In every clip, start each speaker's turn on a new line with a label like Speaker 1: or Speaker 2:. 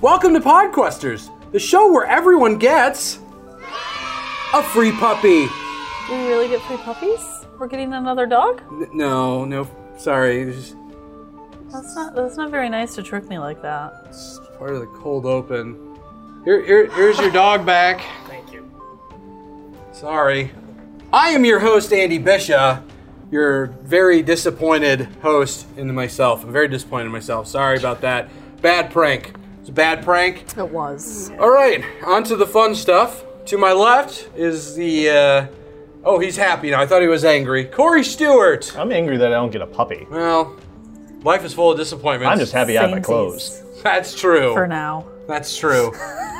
Speaker 1: Welcome to Podquesters, the show where everyone gets a free puppy.
Speaker 2: Do we really get free puppies? We're getting another dog?
Speaker 1: N- No, no, sorry. This
Speaker 2: That's not that's not very nice to trick me like that.
Speaker 1: is part of the cold open. Here, here, here's your dog back.
Speaker 3: Thank you.
Speaker 1: Sorry. I am your host, Andy Bisha. Your very disappointed host in myself. I'm very disappointed in myself. Sorry about that. Bad prank. It's a bad prank.
Speaker 2: It was.
Speaker 1: All right, on to the fun stuff. To my left is the. Uh, oh, he's happy now. I thought he was angry. Corey Stewart.
Speaker 3: I'm angry that I don't get a puppy.
Speaker 1: Well, life is full of disappointments.
Speaker 3: I'm just happy I have my clothes.
Speaker 1: That's true.
Speaker 2: For now.
Speaker 1: That's true.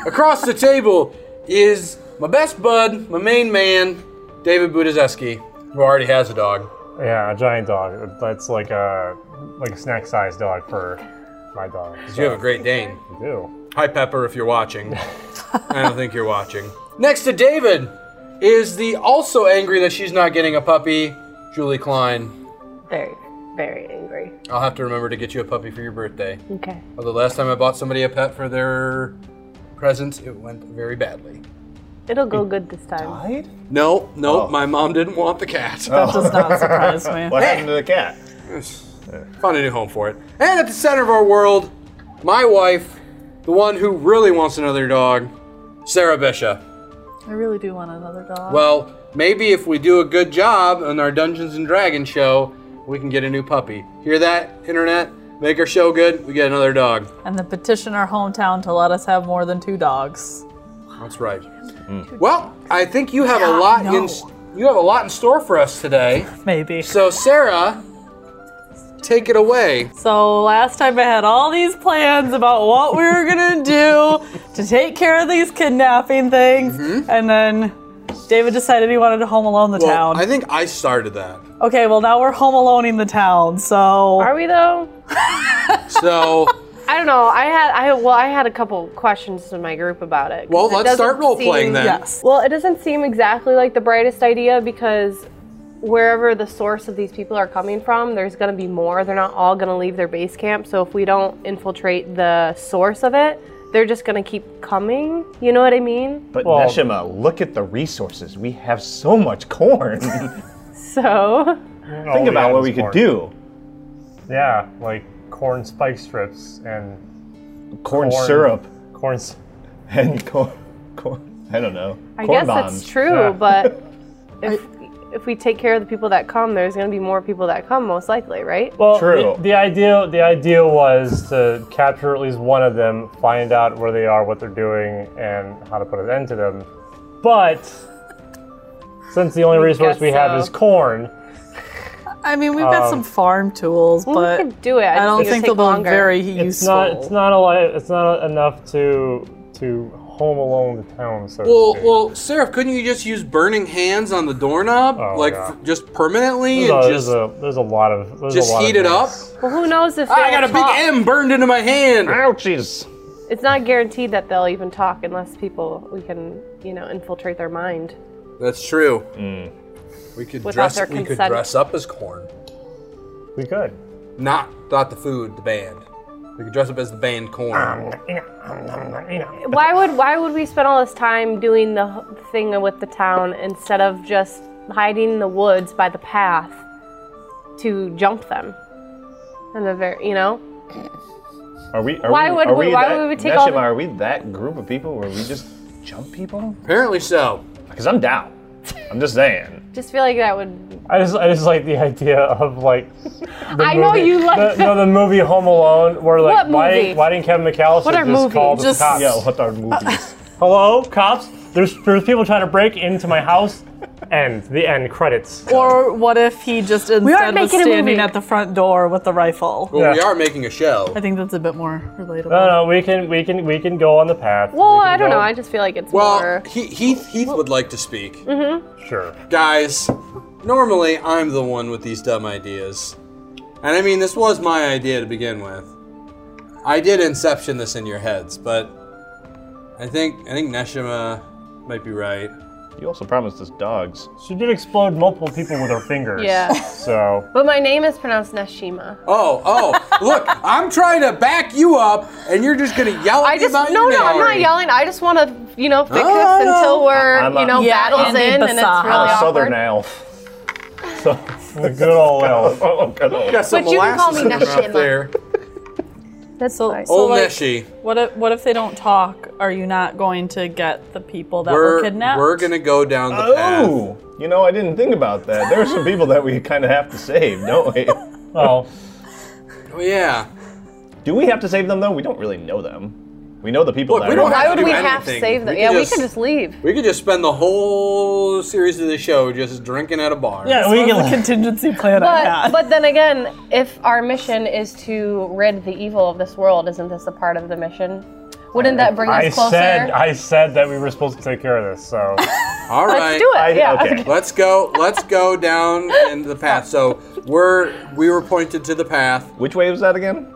Speaker 1: Across the table is my best bud, my main man, David Budizeski, who already has a dog.
Speaker 4: Yeah, a giant dog. That's like a like a snack sized dog for my dog.
Speaker 1: You have a great Dane.
Speaker 4: I do.
Speaker 1: Hi, Pepper, if you're watching. I don't think you're watching. Next to David is the also angry that she's not getting a puppy, Julie Klein.
Speaker 5: Very, very angry.
Speaker 1: I'll have to remember to get you a puppy for your birthday.
Speaker 5: Okay.
Speaker 1: Although last time I bought somebody a pet for their presents, it went very badly.
Speaker 5: It'll go good this time.
Speaker 3: Died?
Speaker 1: No, no,
Speaker 3: Oh.
Speaker 1: my mom didn't want the cat.
Speaker 2: That does not surprise me.
Speaker 3: What happened to the cat?
Speaker 1: Found a new home for it. And at the center of our world, my wife, the one who really wants another dog, Sarah Bisha.
Speaker 2: I really do want another dog.
Speaker 1: Well, maybe if we do a good job on our Dungeons and Dragons show, we can get a new puppy. Hear that, internet? Make our show good, we get another dog.
Speaker 2: and then petition our hometown to let us have more than two dogs.
Speaker 1: That's right.
Speaker 4: Hmm.
Speaker 1: Well, I think you have a lot in
Speaker 2: no.
Speaker 1: you have a lot in store for us today.
Speaker 2: Maybe.
Speaker 1: So Sarah, take it away.
Speaker 2: So last time I had all these plans about what we were gonna do to take care of these kidnapping things, and then David decided he wanted to home alone the
Speaker 1: Well,
Speaker 2: town.
Speaker 1: I think I started that.
Speaker 2: okay, well now we're home aloneing the town. So
Speaker 5: Are we though?
Speaker 1: So
Speaker 5: I don't know. I had I well I had a couple questions to my group about it. 'cause
Speaker 1: Well,
Speaker 5: it
Speaker 1: let's
Speaker 5: doesn't
Speaker 1: start role playing
Speaker 5: seem-
Speaker 1: then.
Speaker 2: yes.
Speaker 5: Well, it doesn't seem exactly like the brightest idea because wherever the source of these people are coming from, there's going to be more. They're not all going to leave their base camp. So if we don't infiltrate the source of it, they're just going to keep coming. You know what I mean?
Speaker 3: But
Speaker 4: Well-
Speaker 3: Neshima, look at the resources. We have so much corn.
Speaker 5: So
Speaker 3: Think about what we could do.
Speaker 4: Yeah, like corn spike strips and
Speaker 3: Corn,
Speaker 4: Corn.
Speaker 3: syrup
Speaker 4: corn. s-
Speaker 3: and corn. corn I don't know.
Speaker 5: I
Speaker 3: corn
Speaker 5: guess
Speaker 3: bombs.
Speaker 5: that's true,
Speaker 4: Yeah.
Speaker 5: but if if we take care of the people that come, there's going to be more people that come most likely, right?
Speaker 4: Well,
Speaker 3: True.
Speaker 4: The, the idea the idea was to capture at least one of them, find out where they are, what they're doing, and how to put an end to them. But since the only resource
Speaker 5: guess
Speaker 4: we have
Speaker 5: so.
Speaker 4: is corn,
Speaker 2: I mean, we've got
Speaker 4: Um,
Speaker 2: some farm tools,
Speaker 5: Well,
Speaker 2: but
Speaker 5: we could do it. I,
Speaker 2: I
Speaker 5: just
Speaker 2: don't
Speaker 5: it'll
Speaker 2: think
Speaker 5: take
Speaker 2: they'll be
Speaker 5: longer.
Speaker 2: very
Speaker 4: it's
Speaker 2: useful.
Speaker 4: not it's not a li- it's not enough to to home alone the town. So to
Speaker 1: well,
Speaker 4: speak.
Speaker 1: well, Sarah, couldn't you just use burning hands on the doorknob,
Speaker 4: Oh,
Speaker 1: like
Speaker 4: yeah.
Speaker 1: f- just permanently,
Speaker 4: There's a,
Speaker 1: and just
Speaker 4: there's a, there's a lot of there's
Speaker 1: just
Speaker 4: a lot
Speaker 1: heat
Speaker 4: of
Speaker 1: it up?
Speaker 4: things.
Speaker 5: Well, who knows if
Speaker 1: Ah, I
Speaker 5: they'll
Speaker 1: got a big
Speaker 5: talk.
Speaker 1: M burned into my hand.
Speaker 3: Ouchies.
Speaker 5: It's not guaranteed that they'll even talk unless people we can you know infiltrate their mind.
Speaker 1: That's true. We could
Speaker 5: Without
Speaker 1: dress.
Speaker 5: their
Speaker 1: We could
Speaker 5: consent.
Speaker 1: dress up as corn,
Speaker 4: We could.
Speaker 1: not not the food, the band. We could dress up as the band corn.
Speaker 5: Why would why would we spend all this time doing the h- thing with the town instead of just hiding in the woods by the path to jump them? And the very you know
Speaker 3: Are we? Are
Speaker 5: Why
Speaker 3: we,
Speaker 5: would
Speaker 3: are
Speaker 5: we-
Speaker 3: we
Speaker 5: why
Speaker 3: that,
Speaker 5: would we take
Speaker 3: Neshima,
Speaker 5: all the-
Speaker 3: are we that group of people where we just jump people?
Speaker 1: Apparently so.
Speaker 3: Because I'm down. I'm just saying.
Speaker 5: just feel like that would
Speaker 4: I just I just like the idea of like. The
Speaker 5: I know you like
Speaker 4: the,
Speaker 5: the-
Speaker 4: no, the movie Home Alone. Where like
Speaker 5: What
Speaker 4: why
Speaker 5: movie?
Speaker 4: why didn't Kevin McAllister
Speaker 5: What are
Speaker 4: just
Speaker 5: movies?
Speaker 4: call the
Speaker 2: Just-
Speaker 4: cops?
Speaker 3: Yeah, what are movies?
Speaker 4: Hello, cops. There's there's people trying to break into my house. End. The end credits.
Speaker 2: Or what if he just instead
Speaker 5: aren't
Speaker 2: was
Speaker 5: making a
Speaker 2: standing
Speaker 5: movie.
Speaker 2: at the front door with the rifle?
Speaker 1: Well, we
Speaker 4: Yeah.
Speaker 1: are making a show.
Speaker 2: I think that's a bit more relatable.
Speaker 4: No, no, we can we can we can go on the path.
Speaker 5: well
Speaker 4: We can
Speaker 5: I don't
Speaker 4: go-
Speaker 5: know I just feel like it's
Speaker 1: Well,
Speaker 5: more
Speaker 1: he, Heath, Heath would like to speak.
Speaker 5: Mm-hmm.
Speaker 4: sure.
Speaker 1: Guys, normally I'm the one with these dumb ideas. And I mean, this was my idea to begin with. I did inception this in your heads, but I think I think Neshima might be right.
Speaker 6: You also promised us dogs.
Speaker 4: She did explode multiple people with her fingers.
Speaker 5: Yeah.
Speaker 4: So
Speaker 5: But my name is pronounced Nashima.
Speaker 1: Oh, oh, look, I'm trying to back you up, and you're just gonna yell at
Speaker 5: I
Speaker 1: me
Speaker 5: just
Speaker 1: about
Speaker 5: no,
Speaker 1: your
Speaker 5: no, I'm not
Speaker 1: name.
Speaker 5: yelling. I just want to, you know, fix
Speaker 1: No,
Speaker 5: this
Speaker 1: no.
Speaker 5: until we're,
Speaker 6: I'm
Speaker 5: you
Speaker 6: a-
Speaker 5: know,
Speaker 2: Yeah,
Speaker 5: battles
Speaker 2: Andy
Speaker 5: in, and it's really
Speaker 2: Bassan.
Speaker 6: I'm a
Speaker 5: awkward.
Speaker 6: southern elf.
Speaker 4: so the good old elf.
Speaker 6: Oh, good old.
Speaker 1: Got some
Speaker 5: But you can call
Speaker 1: molasses
Speaker 5: me
Speaker 1: in her up
Speaker 5: Neshima.
Speaker 1: there.
Speaker 2: That's so, so
Speaker 1: Old
Speaker 2: like,
Speaker 1: Neshi.
Speaker 2: What if, what if they don't talk? Are you not going to get the people that were
Speaker 1: We're
Speaker 2: kidnapped?
Speaker 1: we're gonna go down the path.
Speaker 6: Oh, you know, I didn't think about that. There are some people that we kind of have to save, don't we?
Speaker 4: Well,
Speaker 1: Oh yeah.
Speaker 6: Do we have to save them though? We don't really know them. We know the people
Speaker 1: Look,
Speaker 6: that
Speaker 1: we
Speaker 6: are.
Speaker 1: don't
Speaker 5: Why
Speaker 1: have
Speaker 5: would
Speaker 1: to
Speaker 5: we
Speaker 1: do
Speaker 5: have to
Speaker 1: anything.
Speaker 5: save them?
Speaker 1: We
Speaker 5: yeah,
Speaker 1: could
Speaker 5: we
Speaker 1: just-
Speaker 5: could just leave.
Speaker 1: We could just spend the whole series of the show just drinking at a bar.
Speaker 2: That's
Speaker 4: we
Speaker 2: one of
Speaker 4: can-
Speaker 2: the contingency plan I
Speaker 5: But,
Speaker 2: had.
Speaker 5: but then again, if our mission is to rid the evil of this world, isn't this a part of the mission? Wouldn't that bring us
Speaker 4: I
Speaker 5: closer?
Speaker 4: said I said that we were supposed to take care of this. So
Speaker 1: All right.
Speaker 5: Let's do it.
Speaker 6: I-
Speaker 5: yeah.
Speaker 6: okay.
Speaker 1: Let's go. Let's go down in the path. So we're we were pointed to the path.
Speaker 6: Which way was that again?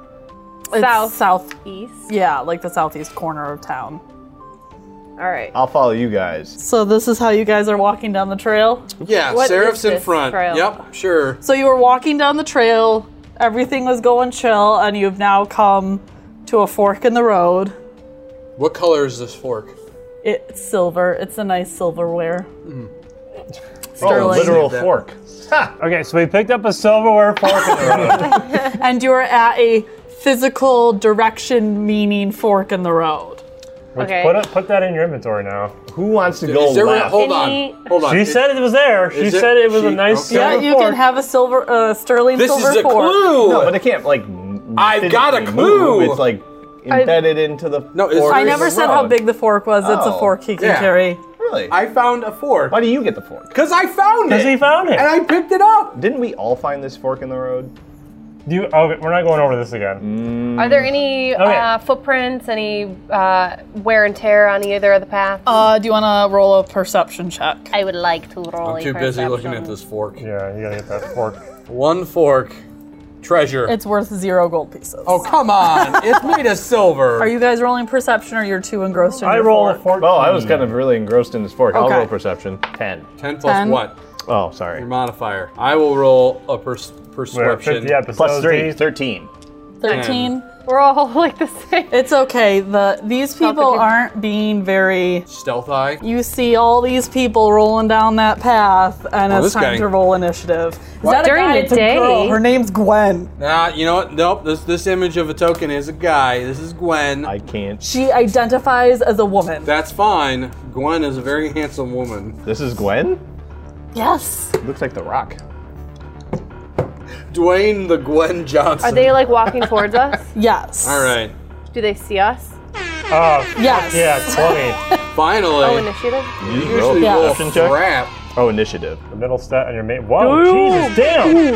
Speaker 2: It's
Speaker 5: South.
Speaker 2: southeast. Yeah, like the southeast corner of town.
Speaker 5: All right.
Speaker 6: I'll follow you guys.
Speaker 2: So this is how you guys are walking down the trail.
Speaker 1: Yeah,
Speaker 5: What
Speaker 1: Seraph's
Speaker 5: is
Speaker 1: in
Speaker 5: this
Speaker 1: front.
Speaker 5: trail?
Speaker 1: Yep, sure.
Speaker 2: So you were walking down the trail, everything was going chill, and you've now come to a fork in the road.
Speaker 1: What color is this fork?
Speaker 2: It's silver. It's a nice silverware.
Speaker 6: Oh,
Speaker 2: Sterling.
Speaker 6: literal
Speaker 1: Save that.
Speaker 6: fork.
Speaker 4: okay, so we picked up a silverware fork in the road.
Speaker 2: And you are at a physical direction meaning fork in the road.
Speaker 4: Which
Speaker 5: Okay.
Speaker 4: put it, put that in your inventory now.
Speaker 6: Who wants to go
Speaker 1: Is there-
Speaker 6: left?
Speaker 1: hold
Speaker 5: Any-
Speaker 1: on. Hold on.
Speaker 4: She
Speaker 1: It-
Speaker 4: said it was there. She
Speaker 1: Is it-
Speaker 4: said it was a
Speaker 1: she-
Speaker 4: nice
Speaker 1: okay.
Speaker 2: Yeah,
Speaker 4: silver
Speaker 2: you
Speaker 4: fork.
Speaker 2: can have a silver, uh, sterling
Speaker 1: this
Speaker 2: silver
Speaker 1: is a
Speaker 2: fork.
Speaker 1: clue.
Speaker 6: no, but it can't like.
Speaker 1: I've got a
Speaker 6: physically move.
Speaker 1: clue.
Speaker 6: It's like embedded into the.
Speaker 1: No, it's-
Speaker 6: fork
Speaker 2: I
Speaker 6: in
Speaker 2: never
Speaker 6: the
Speaker 2: said how
Speaker 6: road.
Speaker 2: big the fork was. It's a
Speaker 6: Oh,
Speaker 2: fork he can
Speaker 1: yeah.
Speaker 2: carry.
Speaker 6: Really?
Speaker 1: I found a fork.
Speaker 6: Why do you get the fork?
Speaker 1: Because I found it.
Speaker 4: Because he found it.
Speaker 1: And I picked it up.
Speaker 6: Didn't we all find this fork in the road?
Speaker 4: You, okay, we're not going over this again.
Speaker 1: Mm.
Speaker 5: Are there any uh, footprints, any uh, wear and tear on either of the paths?
Speaker 2: Uh, do you want to roll a perception check?
Speaker 5: Oh, I would like to roll. a
Speaker 1: Too busy looking
Speaker 5: perception.
Speaker 1: at this fork.
Speaker 4: Yeah, you gotta get that fork.
Speaker 1: One fork. Treasure.
Speaker 2: It's worth zero gold pieces.
Speaker 1: oh, come on. it's made of silver.
Speaker 2: Are you guys rolling perception, or you're too engrossed in
Speaker 4: I
Speaker 2: your
Speaker 4: roll
Speaker 2: fork?
Speaker 4: a fork.
Speaker 6: Oh, I
Speaker 1: Hmm.
Speaker 6: was kind of really engrossed in this fork. I'll
Speaker 2: Okay.
Speaker 6: roll perception. Ten.
Speaker 1: 10 plus
Speaker 2: Ten.
Speaker 1: what?
Speaker 6: Oh, sorry.
Speaker 1: Your modifier. I will roll a pers-
Speaker 4: We're
Speaker 1: perception.
Speaker 4: 50 episodes
Speaker 1: Oh,
Speaker 6: Plus three.
Speaker 4: deep.
Speaker 6: Thirteen.
Speaker 2: 13.
Speaker 5: We're all like the same.
Speaker 2: It's okay. The these people
Speaker 5: people.
Speaker 2: aren't being very.
Speaker 1: Stealth eye.
Speaker 2: You see all these people rolling down that path, and
Speaker 1: Oh, this
Speaker 2: it's time
Speaker 1: guy.
Speaker 2: to roll initiative. Is that a
Speaker 5: During
Speaker 2: guy?
Speaker 5: the
Speaker 2: It's a girl.
Speaker 5: day.
Speaker 2: Her name's Gwen.
Speaker 1: Nah, you know what? Nope. This this image of a token is a guy. This is Gwen.
Speaker 6: I can't.
Speaker 2: She identifies as a woman.
Speaker 1: That's fine. Gwen is a very handsome woman.
Speaker 6: This is Gwen.
Speaker 2: Yes.
Speaker 6: Looks like the Rock.
Speaker 1: Dwayne the Gwen Johnson.
Speaker 5: Are they like walking towards us?
Speaker 2: Yes.
Speaker 1: All right.
Speaker 5: Do they see us?
Speaker 4: Oh,
Speaker 2: Yes.
Speaker 4: yeah, 20.
Speaker 1: Finally.
Speaker 5: Oh, initiative.
Speaker 6: You just roll
Speaker 1: Usually
Speaker 6: a
Speaker 2: Yeah.
Speaker 1: roll
Speaker 6: perception check.
Speaker 1: crap.
Speaker 6: Oh, initiative.
Speaker 4: The middle stat on your mate. Whoa, Jesus, damn!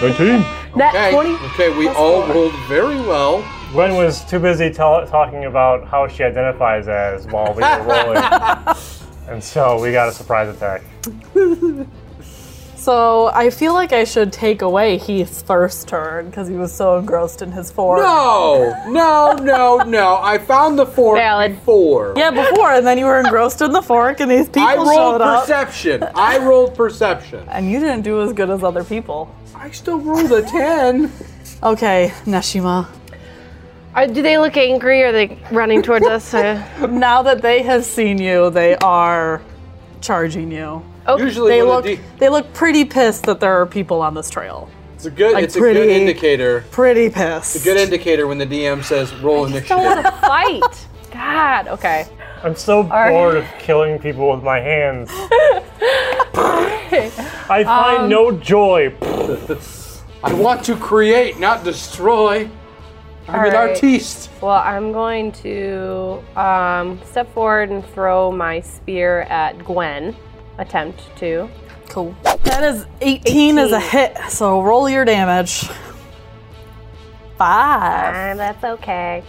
Speaker 6: 19.
Speaker 5: That
Speaker 1: Okay.
Speaker 5: twenty.
Speaker 1: Okay. We all rolled very well.
Speaker 4: Gwen was too busy tell talking about how she identifies as while we were rolling. and so we got a surprise attack.
Speaker 2: So I feel like I should take away Heath's first turn because he was so engrossed in his fork.
Speaker 1: No, no, no, no. I found the fork
Speaker 5: Valid.
Speaker 1: before.
Speaker 2: Yeah, before, and then you were engrossed in the fork, and these people
Speaker 1: I rolled
Speaker 2: showed up,
Speaker 1: perception. I rolled perception.
Speaker 2: and you didn't do as good as other people.
Speaker 1: I still rolled a ten.
Speaker 2: Okay, Neshima.
Speaker 5: Are, uh, do they look angry? Are they running towards us? Uh,
Speaker 2: Now that they have seen you, they are charging you.
Speaker 5: Oh,
Speaker 1: Usually,
Speaker 2: They
Speaker 1: when a
Speaker 2: look
Speaker 1: D-
Speaker 2: they look pretty pissed that there are people on this trail.
Speaker 1: it's a good. It's a good
Speaker 2: pretty-
Speaker 1: indicator.
Speaker 2: Pretty pissed.
Speaker 1: Good indicator when the DM says roll
Speaker 5: don't
Speaker 1: initiative.
Speaker 5: want to fight. God. Okay.
Speaker 4: I'm so
Speaker 5: right.
Speaker 4: bored of killing people with my hands. I find no
Speaker 2: Um,
Speaker 4: joy.
Speaker 1: I want to create, not destroy. I'm an
Speaker 5: Alright.
Speaker 1: artiste.
Speaker 5: Well, I'm going to um, step forward and throw my spear at Gwen. Attempt to.
Speaker 2: Cool. That is 18, is a
Speaker 5: 18.
Speaker 2: hit, so roll your damage. Five.
Speaker 5: Ah, that's okay.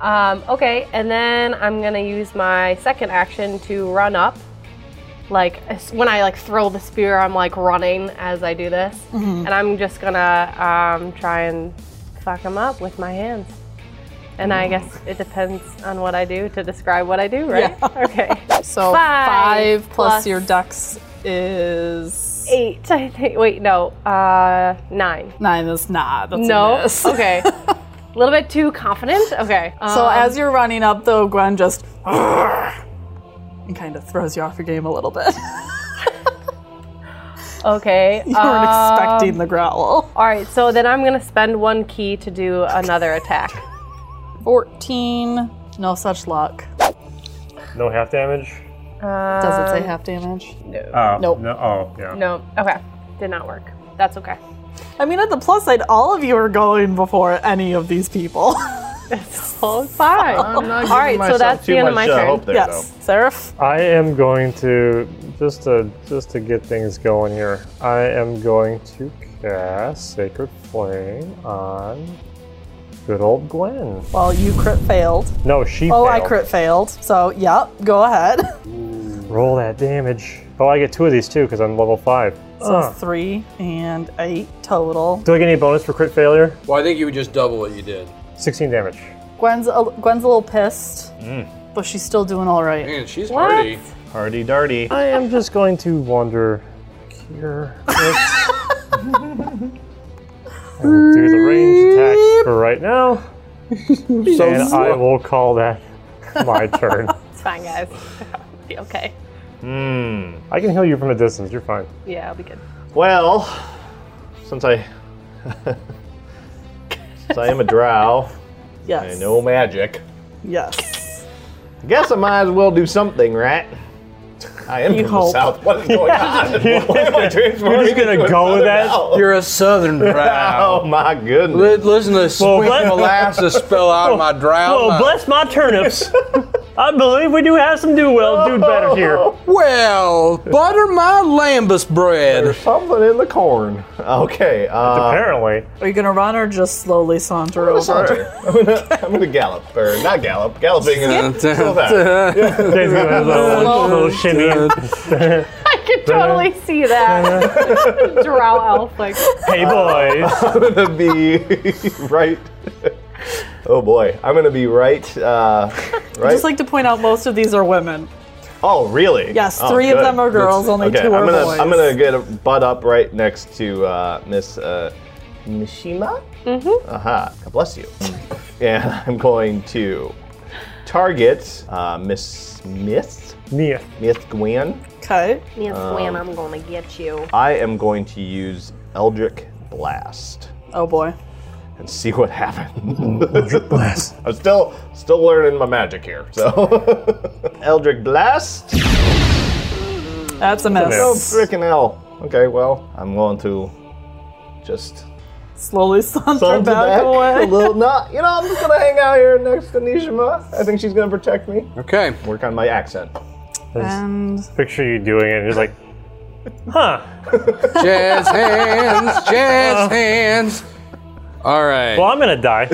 Speaker 5: Um, okay, and then I'm gonna use my second action to run up. Like as- when I like throw the spear, I'm like running as I do this,
Speaker 2: Mm-hmm.
Speaker 5: and I'm just gonna um, try and fuck him up with my hands. And I guess it depends on what I do to describe what I do, right?
Speaker 2: Yeah.
Speaker 5: Okay.
Speaker 2: So
Speaker 5: Five
Speaker 2: five plus,
Speaker 5: plus-
Speaker 2: your dex is
Speaker 5: Eight, I think. Wait, no. Uh, nine.
Speaker 2: nine. Is not. That's a
Speaker 5: No.
Speaker 2: miss.
Speaker 5: Okay. A little bit too confident. Okay.
Speaker 2: So
Speaker 5: Um,
Speaker 2: as you're running up, though, Gwen just and kind of throws you off your game a little bit.
Speaker 5: Uh, okay.
Speaker 2: you weren't expecting the growl.
Speaker 5: All right. So then I'm gonna spend one key to do another attack.
Speaker 2: Fourteen. No such luck.
Speaker 4: No half damage.
Speaker 2: Does it say half damage?
Speaker 4: Oh,
Speaker 2: Nope.
Speaker 4: No, oh, yeah.
Speaker 5: No. Okay. Did not work. That's okay.
Speaker 2: I mean, at the plus side, all of you are going before any of these people.
Speaker 5: Oh, fine. All right. So that's the end of my turn.
Speaker 6: uh, hope there,
Speaker 2: yes, Seraph.
Speaker 4: I am going to just to just to get things going here. I am going to cast Sacred Flame on good old Gwen.
Speaker 2: Well, you crit failed.
Speaker 4: No, she.
Speaker 2: Oh, I
Speaker 4: failed.
Speaker 2: crit failed. So, yep. Go ahead.
Speaker 4: Roll that damage. Oh, I get two of these too because I'm level five.
Speaker 2: So
Speaker 4: Ugh.
Speaker 2: three and eight total.
Speaker 4: Do I get any bonus for crit failure?
Speaker 1: Well, I think you would just double what you did.
Speaker 4: 16 damage.
Speaker 2: Gwen's a, Gwen's a little pissed, but she's still doing all right.
Speaker 1: Man, she's hardy.
Speaker 6: Hardy darty.
Speaker 4: I am just going to wander here. I will do the range attacks for right now, and I will call that my turn.
Speaker 5: It's fine, guys. Be okay.
Speaker 4: I can heal you from a distance. You're fine.
Speaker 5: Yeah, I'll be good.
Speaker 6: Well, since I since I am a drow
Speaker 2: Yes.
Speaker 6: and no magic,
Speaker 2: Yes.
Speaker 6: I guess I might as well do something, right? I am
Speaker 2: You
Speaker 6: from
Speaker 2: hope.
Speaker 6: the south. What is going on? Why am I transforming
Speaker 4: You're just gonna
Speaker 6: into a
Speaker 4: go with
Speaker 6: southern
Speaker 4: that?
Speaker 6: owl?
Speaker 1: You're a southern
Speaker 6: Oh my goodness!
Speaker 1: Li- Listen to the sweet
Speaker 4: bless-
Speaker 1: molasses spill out of my drought.
Speaker 4: Oh, bless my turnips. I believe we do have some do well, do better here.
Speaker 1: well, butter my lambus bread.
Speaker 6: Something in the corn. Okay. Uh,
Speaker 4: Apparently,
Speaker 2: Are you gonna run or just slowly saunter over?
Speaker 6: saunter. I'm gonna, I'm gonna gallop, or not gallop. Galloping is still that.
Speaker 4: Jay's gonna have a little, little shimmy.
Speaker 5: I could totally see that. Drow elf, like,
Speaker 4: Hey boys.
Speaker 6: I'm gonna be right. Oh boy, I'm gonna be right. Uh,
Speaker 2: I
Speaker 6: right.
Speaker 2: just like to point out most of these are women.
Speaker 6: oh really?
Speaker 2: Yes,
Speaker 6: three
Speaker 2: three of them are girls, only
Speaker 6: Okay,
Speaker 2: two
Speaker 6: I'm
Speaker 2: are
Speaker 6: gonna
Speaker 2: boys.
Speaker 6: I'm gonna get a butt up right next to uh, Miss uh, Mishima. Mm-hmm. Aha! God bless you. and I'm going to target uh, Miss Smith,
Speaker 4: Nia.
Speaker 6: Miss Gwen.
Speaker 2: Okay.
Speaker 5: Miss Gwen, I'm gonna get you.
Speaker 6: I am going to use Eldric Blast
Speaker 2: Oh boy.
Speaker 6: and see what happens.
Speaker 4: Bless.
Speaker 6: I'm still still learning my magic here. So Eldric Blast.
Speaker 2: That's a
Speaker 6: Oh
Speaker 2: miss.
Speaker 6: freaking hell. Okay, well, I'm going to just
Speaker 2: Slowly saunter
Speaker 6: Thumbs
Speaker 2: back,
Speaker 6: back a
Speaker 2: away.
Speaker 6: little not you know, I'm just gonna hang out here next to Nishima. I think she's gonna protect me.
Speaker 1: Okay.
Speaker 6: Work on my accent.
Speaker 2: And
Speaker 4: Picture you doing it, and you're like, huh.
Speaker 1: Jazz hands, jazz hands. All right.
Speaker 4: Well, I'm gonna die.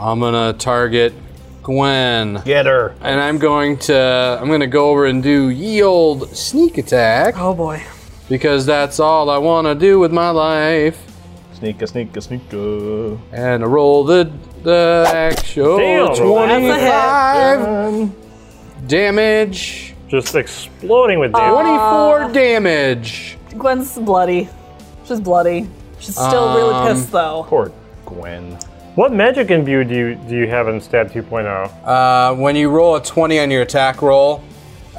Speaker 1: I'm gonna target Gwen,
Speaker 6: Get her.
Speaker 1: and I'm going to I'm gonna go over and do ye old sneak attack
Speaker 2: oh boy.
Speaker 1: because that's all I wanna do with my life.
Speaker 6: Sneaker, sneaker, sneaker.
Speaker 1: And I roll the the actual
Speaker 4: Damn. That's a hit.
Speaker 1: 25 damage,
Speaker 4: Just exploding with damage.
Speaker 1: 24 damage.
Speaker 2: Gwen's bloody. She's bloody. She's still really pissed though.
Speaker 6: Poor Gwen.
Speaker 4: What magic in view do you do you have in Stab 2.0?
Speaker 1: Uh, when you roll a 20 on your attack roll,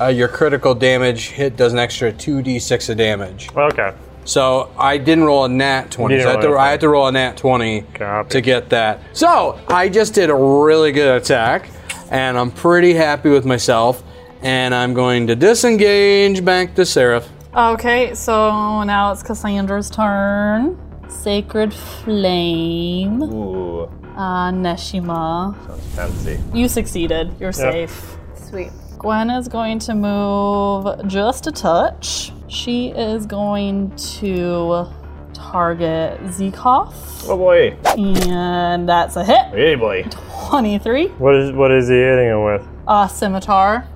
Speaker 1: uh, your critical damage hit does an extra 2d6 of damage.
Speaker 4: Okay.
Speaker 1: So I didn't roll a nat 20.
Speaker 4: You
Speaker 1: So I,
Speaker 4: didn't
Speaker 1: had to,
Speaker 4: roll a
Speaker 1: I had to roll a nat 20
Speaker 4: Copy.
Speaker 1: to get that. So I just did a really good attack, and I'm pretty happy with myself. And I'm going to disengage back to Seraph.
Speaker 2: Okay, so now it's Cassandra's turn. Sacred Flame
Speaker 6: Ooh,
Speaker 2: on Neshima.
Speaker 6: sounds fancy.
Speaker 2: You succeeded. You're safe.
Speaker 5: Sweet.
Speaker 2: Gwen is going to move just a touch. She is going to target Zekoff,
Speaker 6: Oh boy.
Speaker 2: and that's a hit.
Speaker 6: Hey boy.
Speaker 2: 23.
Speaker 4: What is what is he hitting him with?
Speaker 2: Uh, scimitar.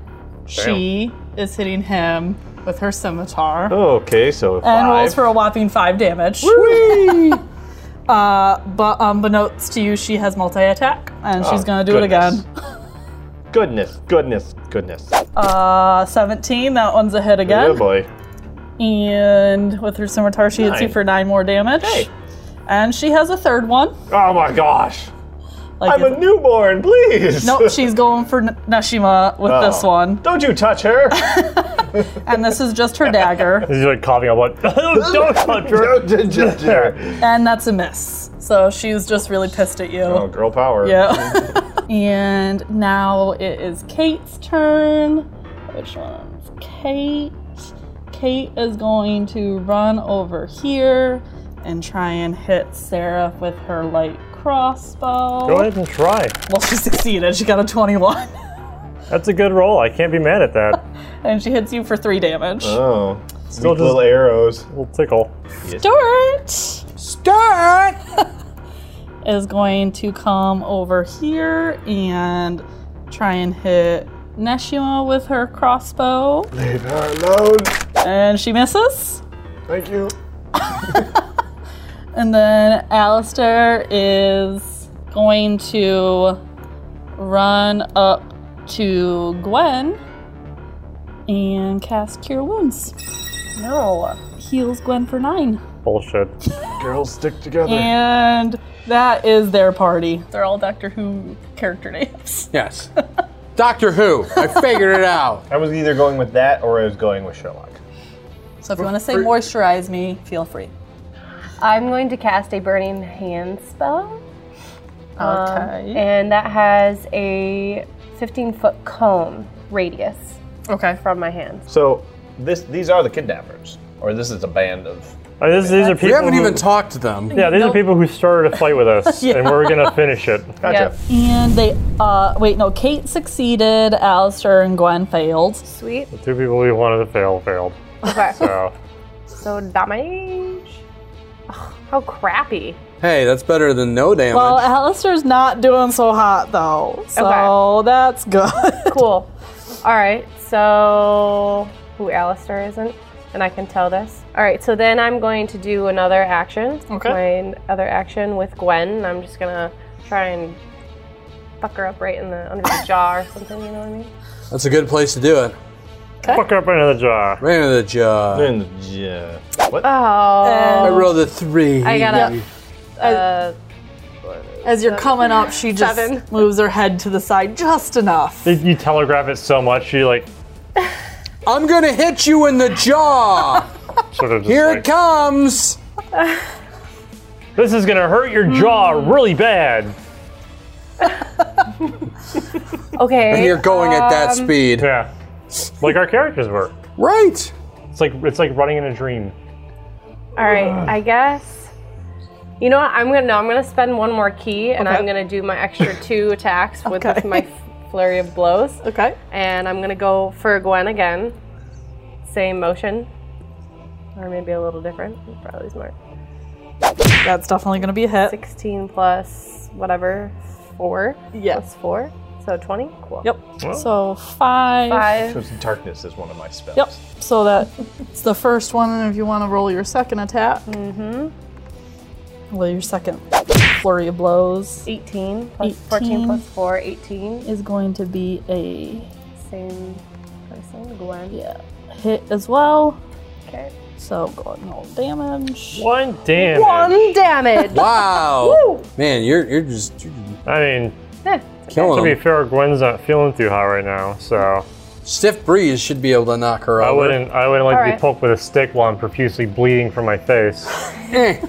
Speaker 2: She is hitting him with her scimitar.
Speaker 6: Okay, so
Speaker 2: And rolls
Speaker 6: Oh, five.
Speaker 2: for a whopping five damage. Uh, but unbeknownst to you, she has multi attack, and she's
Speaker 6: Oh,
Speaker 2: gonna do
Speaker 6: goodness.
Speaker 2: it again.
Speaker 6: Goodness, goodness, goodness.
Speaker 2: Uh, 17, that one's a hit
Speaker 6: Oh
Speaker 2: again.
Speaker 6: boy.
Speaker 2: and with her scimitar, she hits you
Speaker 6: Nine.
Speaker 2: for nine more damage.
Speaker 6: Hey.
Speaker 2: And she has a third one.
Speaker 6: Oh my gosh.
Speaker 2: Like
Speaker 6: I'm
Speaker 2: it's-
Speaker 6: a newborn, please.
Speaker 2: Nope, she's going for N- Nashima with
Speaker 6: Oh.
Speaker 2: this one.
Speaker 6: Don't you touch her.
Speaker 2: And this is just her dagger.
Speaker 4: He's like coughing up what? don't, don't touch her.
Speaker 6: Don't touch her.
Speaker 2: And that's a miss. So she's just really pissed at you.
Speaker 6: Oh, girl power.
Speaker 2: Yeah. and now it is Kate's turn. Which one's Kate? Kate is going to run over here and try and hit Sarah with her light crossbow.
Speaker 4: Go ahead and try.
Speaker 2: Well, she succeeded. She got a 21.
Speaker 4: That's a good roll. I can't be mad at that.
Speaker 2: and she hits you for three damage.
Speaker 4: Uh.
Speaker 6: Oh.
Speaker 4: Still
Speaker 6: Still
Speaker 4: just-
Speaker 6: little arrows.
Speaker 4: Little tickle.
Speaker 2: Stuart
Speaker 1: Start!
Speaker 2: is going to come over here and try and hit Neshima with her crossbow.
Speaker 6: Leave her alone.
Speaker 2: And she misses.
Speaker 6: Thank you.
Speaker 2: And then Alistair is going to run up to Gwen and cast Cure Wounds. No. Heals Gwen for nine.
Speaker 4: Bullshit. Uh,
Speaker 6: Girls stick together.
Speaker 2: And that is their party. They're all Doctor Who character names.
Speaker 1: Yes. Doctor Who. I figured it out.
Speaker 6: I was either going with that or I was going with Sherlock.
Speaker 2: So if you want to say moisturize me, feel free.
Speaker 5: I'm going to cast a burning hand spell.
Speaker 2: Okay.
Speaker 5: And that has a 15 foot cone radius
Speaker 2: okay.
Speaker 5: from my hands.
Speaker 6: So this these are the kidnappers. Or this is a band of
Speaker 4: Uh, this, these are people.
Speaker 1: We haven't
Speaker 4: who-
Speaker 1: even talked to them.
Speaker 4: Yeah, these
Speaker 2: Nope.
Speaker 4: are people who started a fight with us,
Speaker 2: Yeah.
Speaker 4: and we're gonna finish it.
Speaker 6: Gotcha.
Speaker 2: And they, uh, wait, no, Kate succeeded, Alistair and Gwen failed.
Speaker 5: Sweet.
Speaker 4: Two people we wanted to fail failed.
Speaker 5: Okay.
Speaker 4: So
Speaker 5: so damage. Ugh, how crappy.
Speaker 1: Hey, that's better than no damage.
Speaker 2: Well, Alistair's not doing so hot though, so that's good.
Speaker 5: Cool. All right. So, who Alistair isn't, and I can tell this. All right. So then I'm going to do another action.
Speaker 2: Okay.
Speaker 5: My other action with Gwen. I'm just gonna try and fuck her up right in the under the jaw or something. You know what I mean?
Speaker 1: that's a good place to do it.
Speaker 4: fuck up another jar.
Speaker 1: Right into the jaw.
Speaker 6: And yeah. What?
Speaker 5: Oh.
Speaker 1: I rolled a three.
Speaker 5: I got a. Uh,
Speaker 2: As you're coming up, she just
Speaker 5: Seven.
Speaker 2: moves her head to the side just enough.
Speaker 4: Did you telegraph it so much? You like
Speaker 1: I'm gonna hit you in the jaw.
Speaker 4: sort of just
Speaker 1: Here
Speaker 4: like,
Speaker 1: it comes.
Speaker 4: This is gonna hurt your jaw really bad.
Speaker 5: uh, okay.
Speaker 1: And you're going at that speed.
Speaker 4: Yeah, like our characters were.
Speaker 1: Right.
Speaker 4: It's like it's like running in a dream.
Speaker 5: All right, I guess. You know what? I'm gonna no, I'm gonna spend one more key, and I'm gonna do my extra two attacks with
Speaker 2: Okay.
Speaker 5: my flurry of blows,
Speaker 2: Okay.
Speaker 5: and I'm gonna go for Gwen again. Same motion, or maybe a little different. Probably smart.
Speaker 2: That's definitely gonna be a hit.
Speaker 5: 16 plus whatever, four.
Speaker 2: Yes.
Speaker 5: Plus four, so 20. Cool.
Speaker 2: Yep. So five.
Speaker 5: Five.
Speaker 6: Because darkness is one of my spells.
Speaker 2: Yep. So that's the first one, and if you want to roll your second attack. Mm-hmm. Well, your second flurry of blows
Speaker 5: 18 plus 14
Speaker 2: 18.
Speaker 5: plus 4, 18.
Speaker 2: is going to be a
Speaker 5: Same person, Gwen.
Speaker 2: yeah, hit as well.
Speaker 5: Okay.
Speaker 2: So go ahead and roll damage.
Speaker 4: One damn.
Speaker 5: One damage.
Speaker 1: Wow. Man, you're you're just you're
Speaker 4: I mean,
Speaker 5: Eh,
Speaker 4: to
Speaker 1: killing
Speaker 4: be
Speaker 1: them.
Speaker 4: fair, Gwen's not feeling too hot right now, so
Speaker 1: Stiff breeze should be able to knock her
Speaker 4: I
Speaker 1: over.
Speaker 4: wouldn't. I wouldn't like to
Speaker 5: Alright.
Speaker 4: be poked with a stick while I'm profusely bleeding from my face.
Speaker 1: Eh.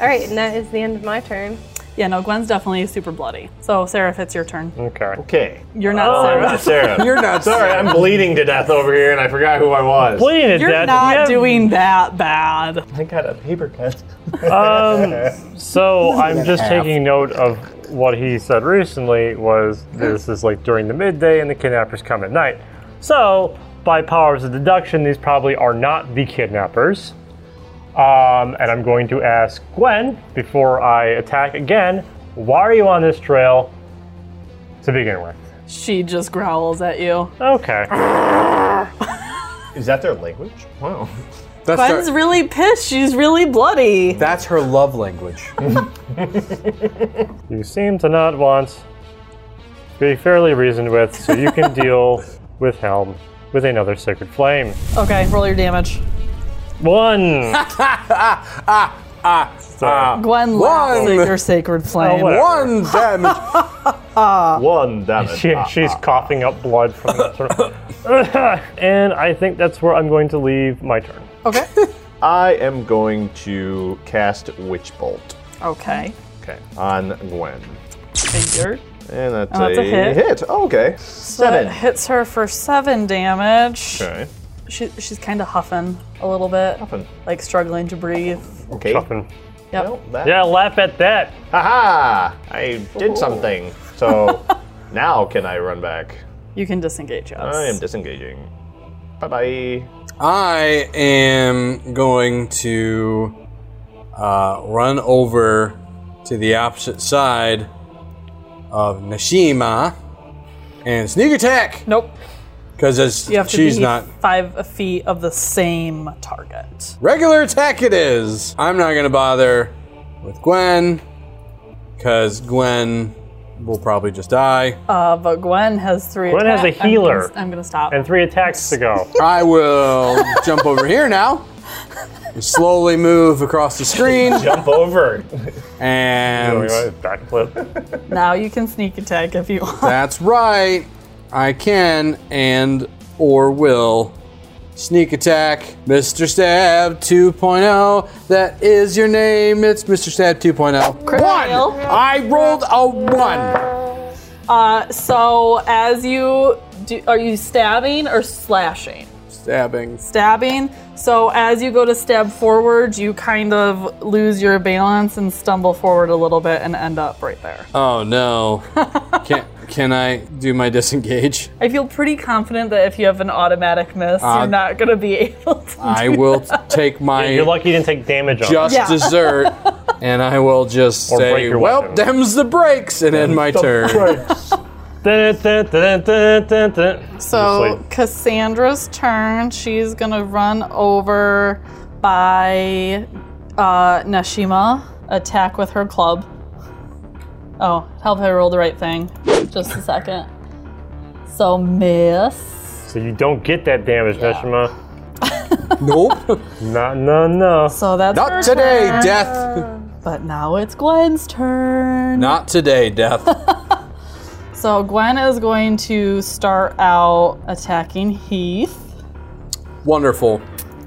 Speaker 5: All right, and that is the end of my turn.
Speaker 2: Yeah, no, Gwen's definitely super bloody. So Seraph, it's your turn.
Speaker 4: Okay.
Speaker 6: Okay.
Speaker 2: You're not
Speaker 6: Oh, I'm
Speaker 2: Sarah.
Speaker 6: not Sarah.
Speaker 1: You're not
Speaker 6: Sorry, I'm bleeding to death over here, and I forgot who I was.
Speaker 4: Bleeding to
Speaker 2: You're
Speaker 4: death.
Speaker 2: not
Speaker 4: yeah.
Speaker 2: doing that bad.
Speaker 6: I got a paper cut. Uh,
Speaker 4: Um, so I'm just taking note of what he said recently was this is like during the midday and the kidnappers come at night. So by powers of deduction, these probably are not the kidnappers. Um, and I'm going to ask Gwen before I attack again. Why are you on this trail to begin with?
Speaker 2: She just growls at you.
Speaker 4: Okay.
Speaker 6: Is that their language? Wow.
Speaker 1: That's
Speaker 2: Gwen's
Speaker 1: her,
Speaker 2: really pissed. She's really bloody.
Speaker 1: that's her love language.
Speaker 4: You seem to not want to be fairly reasoned with, so you can deal with Helm with another Sacred Flame.
Speaker 2: Okay, roll your damage.
Speaker 4: One! So,
Speaker 2: Gwen laughs
Speaker 1: One.
Speaker 2: at your
Speaker 6: Oh,
Speaker 2: sacred flame.
Speaker 4: Oh, whatever.
Speaker 1: Uh, One damage.
Speaker 6: One damage.
Speaker 4: She,
Speaker 6: Ah,
Speaker 4: she's coughing up blood from the throat. and I think that's where I'm going to leave my turn.
Speaker 2: okay.
Speaker 6: I am going to cast Witch Bolt.
Speaker 2: Okay.
Speaker 6: Okay. On Gwen.
Speaker 2: Figured.
Speaker 6: And that's,
Speaker 2: that's a hit.
Speaker 6: Oh, okay.
Speaker 2: That
Speaker 6: Seven.
Speaker 2: hits her for seven damage.
Speaker 6: Okay.
Speaker 2: She, she's kind of huffing a little bit,
Speaker 6: Nothing.
Speaker 2: like struggling to breathe.
Speaker 6: Okay.
Speaker 4: Chuffing.
Speaker 2: Yep.
Speaker 6: Well, that-
Speaker 4: Yeah, laugh at that.
Speaker 6: Haha! I did something. So now can I run back?
Speaker 2: You can disengage us.
Speaker 6: I am disengaging. Bye bye.
Speaker 1: I am going to uh, run over to the opposite side of Nashima and sneak attack
Speaker 2: nope.
Speaker 1: because as
Speaker 2: You have to
Speaker 1: she's
Speaker 2: be
Speaker 1: not
Speaker 2: five feet of the same target.
Speaker 1: regular attack, it is. I'm not gonna bother with Gwen because Gwen will probably just die.
Speaker 2: Uh, but Gwen has three.
Speaker 4: Gwen has a
Speaker 2: attack- I'm
Speaker 4: healer.
Speaker 2: gonna- I'm gonna, stop.
Speaker 4: And three attacks to go.
Speaker 1: I will jump over here now. Slowly move across the screen
Speaker 6: Jump over.
Speaker 4: Oh,
Speaker 1: and
Speaker 4: Backflip.
Speaker 2: now you can sneak attack if you want.
Speaker 1: That's right. I can and or will sneak attack Mr. Stab 2.0. That is your name. It's Mr. Stab 2.0.
Speaker 2: Critical.
Speaker 1: One. I rolled a one.
Speaker 2: Uh, so as you do, are you stabbing or slashing?
Speaker 1: Stabbing.
Speaker 2: Stabbing. So as you go to stab forward, you kind of lose your balance and stumble forward a little bit and end up right there.
Speaker 1: Oh no. can can I do my disengage?
Speaker 2: I feel pretty confident that if you have an automatic miss,
Speaker 1: Uh,
Speaker 2: you're not going to be able to.
Speaker 1: I will take my
Speaker 4: You're lucky you didn't take damage on
Speaker 1: just
Speaker 2: Yeah.
Speaker 1: dessert and I will just
Speaker 4: Or break
Speaker 1: say,
Speaker 4: your
Speaker 1: "Well,
Speaker 4: weapon."
Speaker 1: them's the breaks," and end my turn.
Speaker 4: it.
Speaker 2: So Cassandra's turn. She's gonna run over by uh, Nashima. Attack with her club. Oh, help her roll the right thing. Just a second. So miss.
Speaker 4: So you don't get that damage, Neshima.
Speaker 1: Nope.
Speaker 4: No, no, no.
Speaker 2: So that's her
Speaker 1: Not today,
Speaker 2: turn.
Speaker 1: death.
Speaker 2: But now it's Gwen's turn.
Speaker 1: Not today, death.
Speaker 2: So Gwen is going to start out attacking Heath
Speaker 1: Wonderful.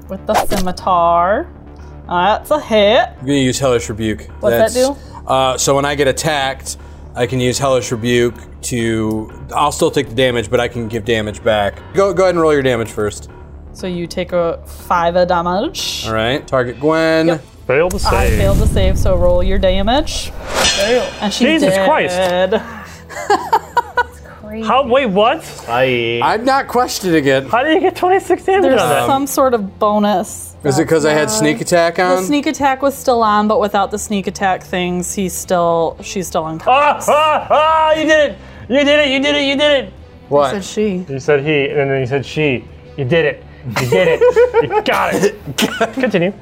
Speaker 2: with the scimitar. That's a hit.
Speaker 1: I'm gonna use Hellish Rebuke.
Speaker 2: What's that
Speaker 1: do? Uh, so when I get attacked, I can use Hellish Rebuke to. I'll still take the damage, but I can give damage back. Go, go ahead and roll your damage first.
Speaker 2: So you take a five of damage.
Speaker 1: All right. Target Gwen.
Speaker 4: Fail to
Speaker 2: I
Speaker 4: save.
Speaker 2: failed to save, so roll your damage. And she
Speaker 4: Jesus
Speaker 2: did.
Speaker 4: Christ. How? Wait, what?
Speaker 6: Bye.
Speaker 1: I'm not questioning it.
Speaker 4: How did you get 26 damage
Speaker 2: There's
Speaker 4: on that?
Speaker 2: some sort of bonus.
Speaker 1: Is it because I had sneak attack
Speaker 2: Uh, The
Speaker 1: on?
Speaker 2: sneak attack was still on, but without the sneak attack things, he's still she's still
Speaker 4: Ah,
Speaker 2: unconscious.
Speaker 4: ah, ah, you did it! You did it, you did it, you did it!
Speaker 2: Said
Speaker 1: What?
Speaker 2: she.
Speaker 4: You said he, and then you said she. You did it. You did it. you got it. Continue.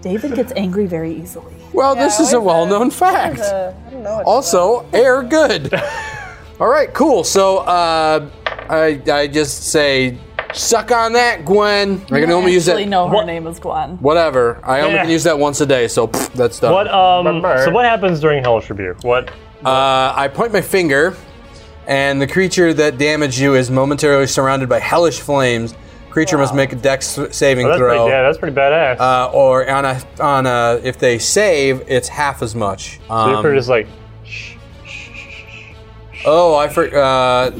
Speaker 2: David gets angry very easily.
Speaker 1: Well, this is a well-known fact. also, air good. All right, cool. So uh, I, I just say, suck on that, Gwen. I can only use
Speaker 2: Actually,
Speaker 1: that.
Speaker 2: no, her
Speaker 4: What-
Speaker 2: name is Gwen.
Speaker 1: Whatever. I only
Speaker 4: Yeah.
Speaker 1: can use that once a day, so pfft, that's done.
Speaker 4: What, um,
Speaker 6: Remember.
Speaker 4: so what happens during Hellish Rebuke? What?
Speaker 1: Uh, I point my finger, and the creature that damaged you is momentarily surrounded by hellish flames. Creature must make a dex saving
Speaker 4: Oh, that's
Speaker 1: throw,
Speaker 4: pretty, yeah, that's pretty badass.
Speaker 1: uh, or on a on a if they save, it's half as much.
Speaker 4: so
Speaker 1: Um,
Speaker 4: you're just like,
Speaker 1: oh, I for, uh,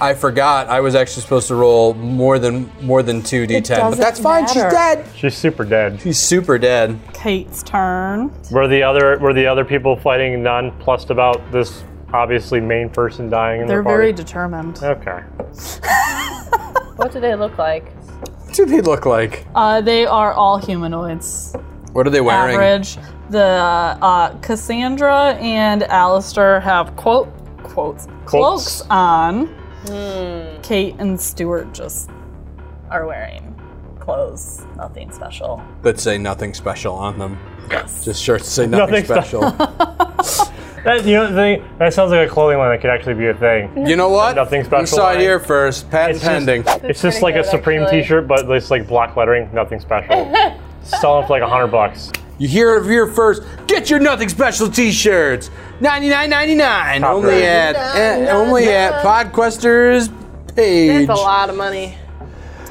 Speaker 1: I forgot. I was actually supposed to roll more than more than two d10, but
Speaker 2: doesn't
Speaker 1: that's fine. She's
Speaker 2: matter.
Speaker 1: dead.
Speaker 4: she's super dead.
Speaker 1: She's super dead.
Speaker 2: Kate's turn.
Speaker 4: Were the other were the other people fighting nonplussed about this obviously main person dying in
Speaker 2: They're
Speaker 4: the party?
Speaker 2: very determined.
Speaker 4: Okay.
Speaker 5: What do they look like?
Speaker 1: What do they look like?
Speaker 2: Uh, they are all humanoids.
Speaker 1: What are they wearing?
Speaker 2: average. The uh, Cassandra and Alistair have quote quotes cloaks on. Kate and Stuart just are wearing clothes, nothing special.
Speaker 1: But say nothing special on them.
Speaker 2: Yes.
Speaker 1: Just shirts say nothing,
Speaker 4: Nothing
Speaker 1: special.
Speaker 4: That you know the thing, that sounds like a clothing line that could actually be a thing.
Speaker 1: you know what?
Speaker 4: Nothing special,
Speaker 1: You saw it
Speaker 4: right?
Speaker 1: here first. Patent
Speaker 4: It's just-
Speaker 1: pending.
Speaker 4: It's just like
Speaker 5: pretty
Speaker 4: a
Speaker 5: good,
Speaker 4: Supreme
Speaker 5: actually.
Speaker 4: T-shirt, but it's like black lettering, nothing special. Selling for like a hundred bucks.
Speaker 1: You hear it here first. Get your nothing special T-shirts. Ninety nine ninety nine.
Speaker 4: Copyright.
Speaker 1: Only at eh, only at Podquesters page.
Speaker 5: That's a lot of money.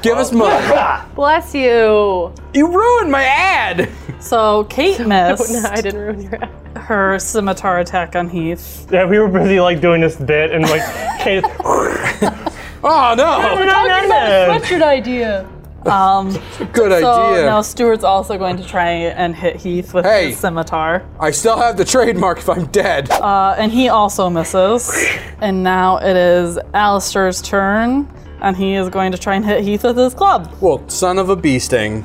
Speaker 1: Give us money.
Speaker 5: Bless you.
Speaker 1: you ruined my ad.
Speaker 2: So Kate missed
Speaker 5: No, I didn't ruin your.
Speaker 2: her scimitar attack on Heath.
Speaker 4: Yeah, we were busy like doing this bit and like, Kate,
Speaker 1: Oh no!
Speaker 2: Sweatshirt idea. Um,
Speaker 1: Good
Speaker 2: so
Speaker 1: idea.
Speaker 2: now Stuart's also going to try and hit Heath with
Speaker 1: Hey.
Speaker 2: his scimitar.
Speaker 1: I still have the trademark if I'm dead.
Speaker 2: Uh, and he also misses. And now it is Alistair's turn, and he is going to try and hit Heath with his club.
Speaker 1: well, son of a bee sting.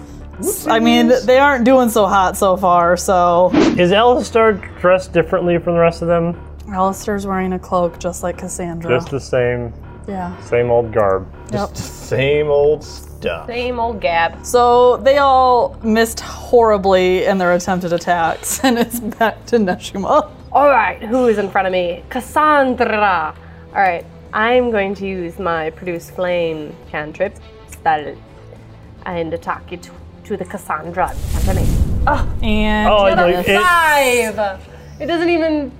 Speaker 2: I mean, they aren't doing so hot so far, so.
Speaker 4: Is Alistair dressed differently from the rest of them?
Speaker 2: Alistair's wearing a cloak just like Cassandra.
Speaker 4: Just the same,
Speaker 2: yeah.
Speaker 4: same old garb.
Speaker 6: Same old stuff.
Speaker 5: Same old gab.
Speaker 2: So they all missed horribly in their attempted attacks, and it's back to Neshima.
Speaker 5: All right, who is in front of me? Cassandra. All right, I'm going to use my produce flame cantrip spell and attack it to the Cassandra in front of me.
Speaker 2: And
Speaker 4: Oh, I like it.
Speaker 5: Five. It doesn't even.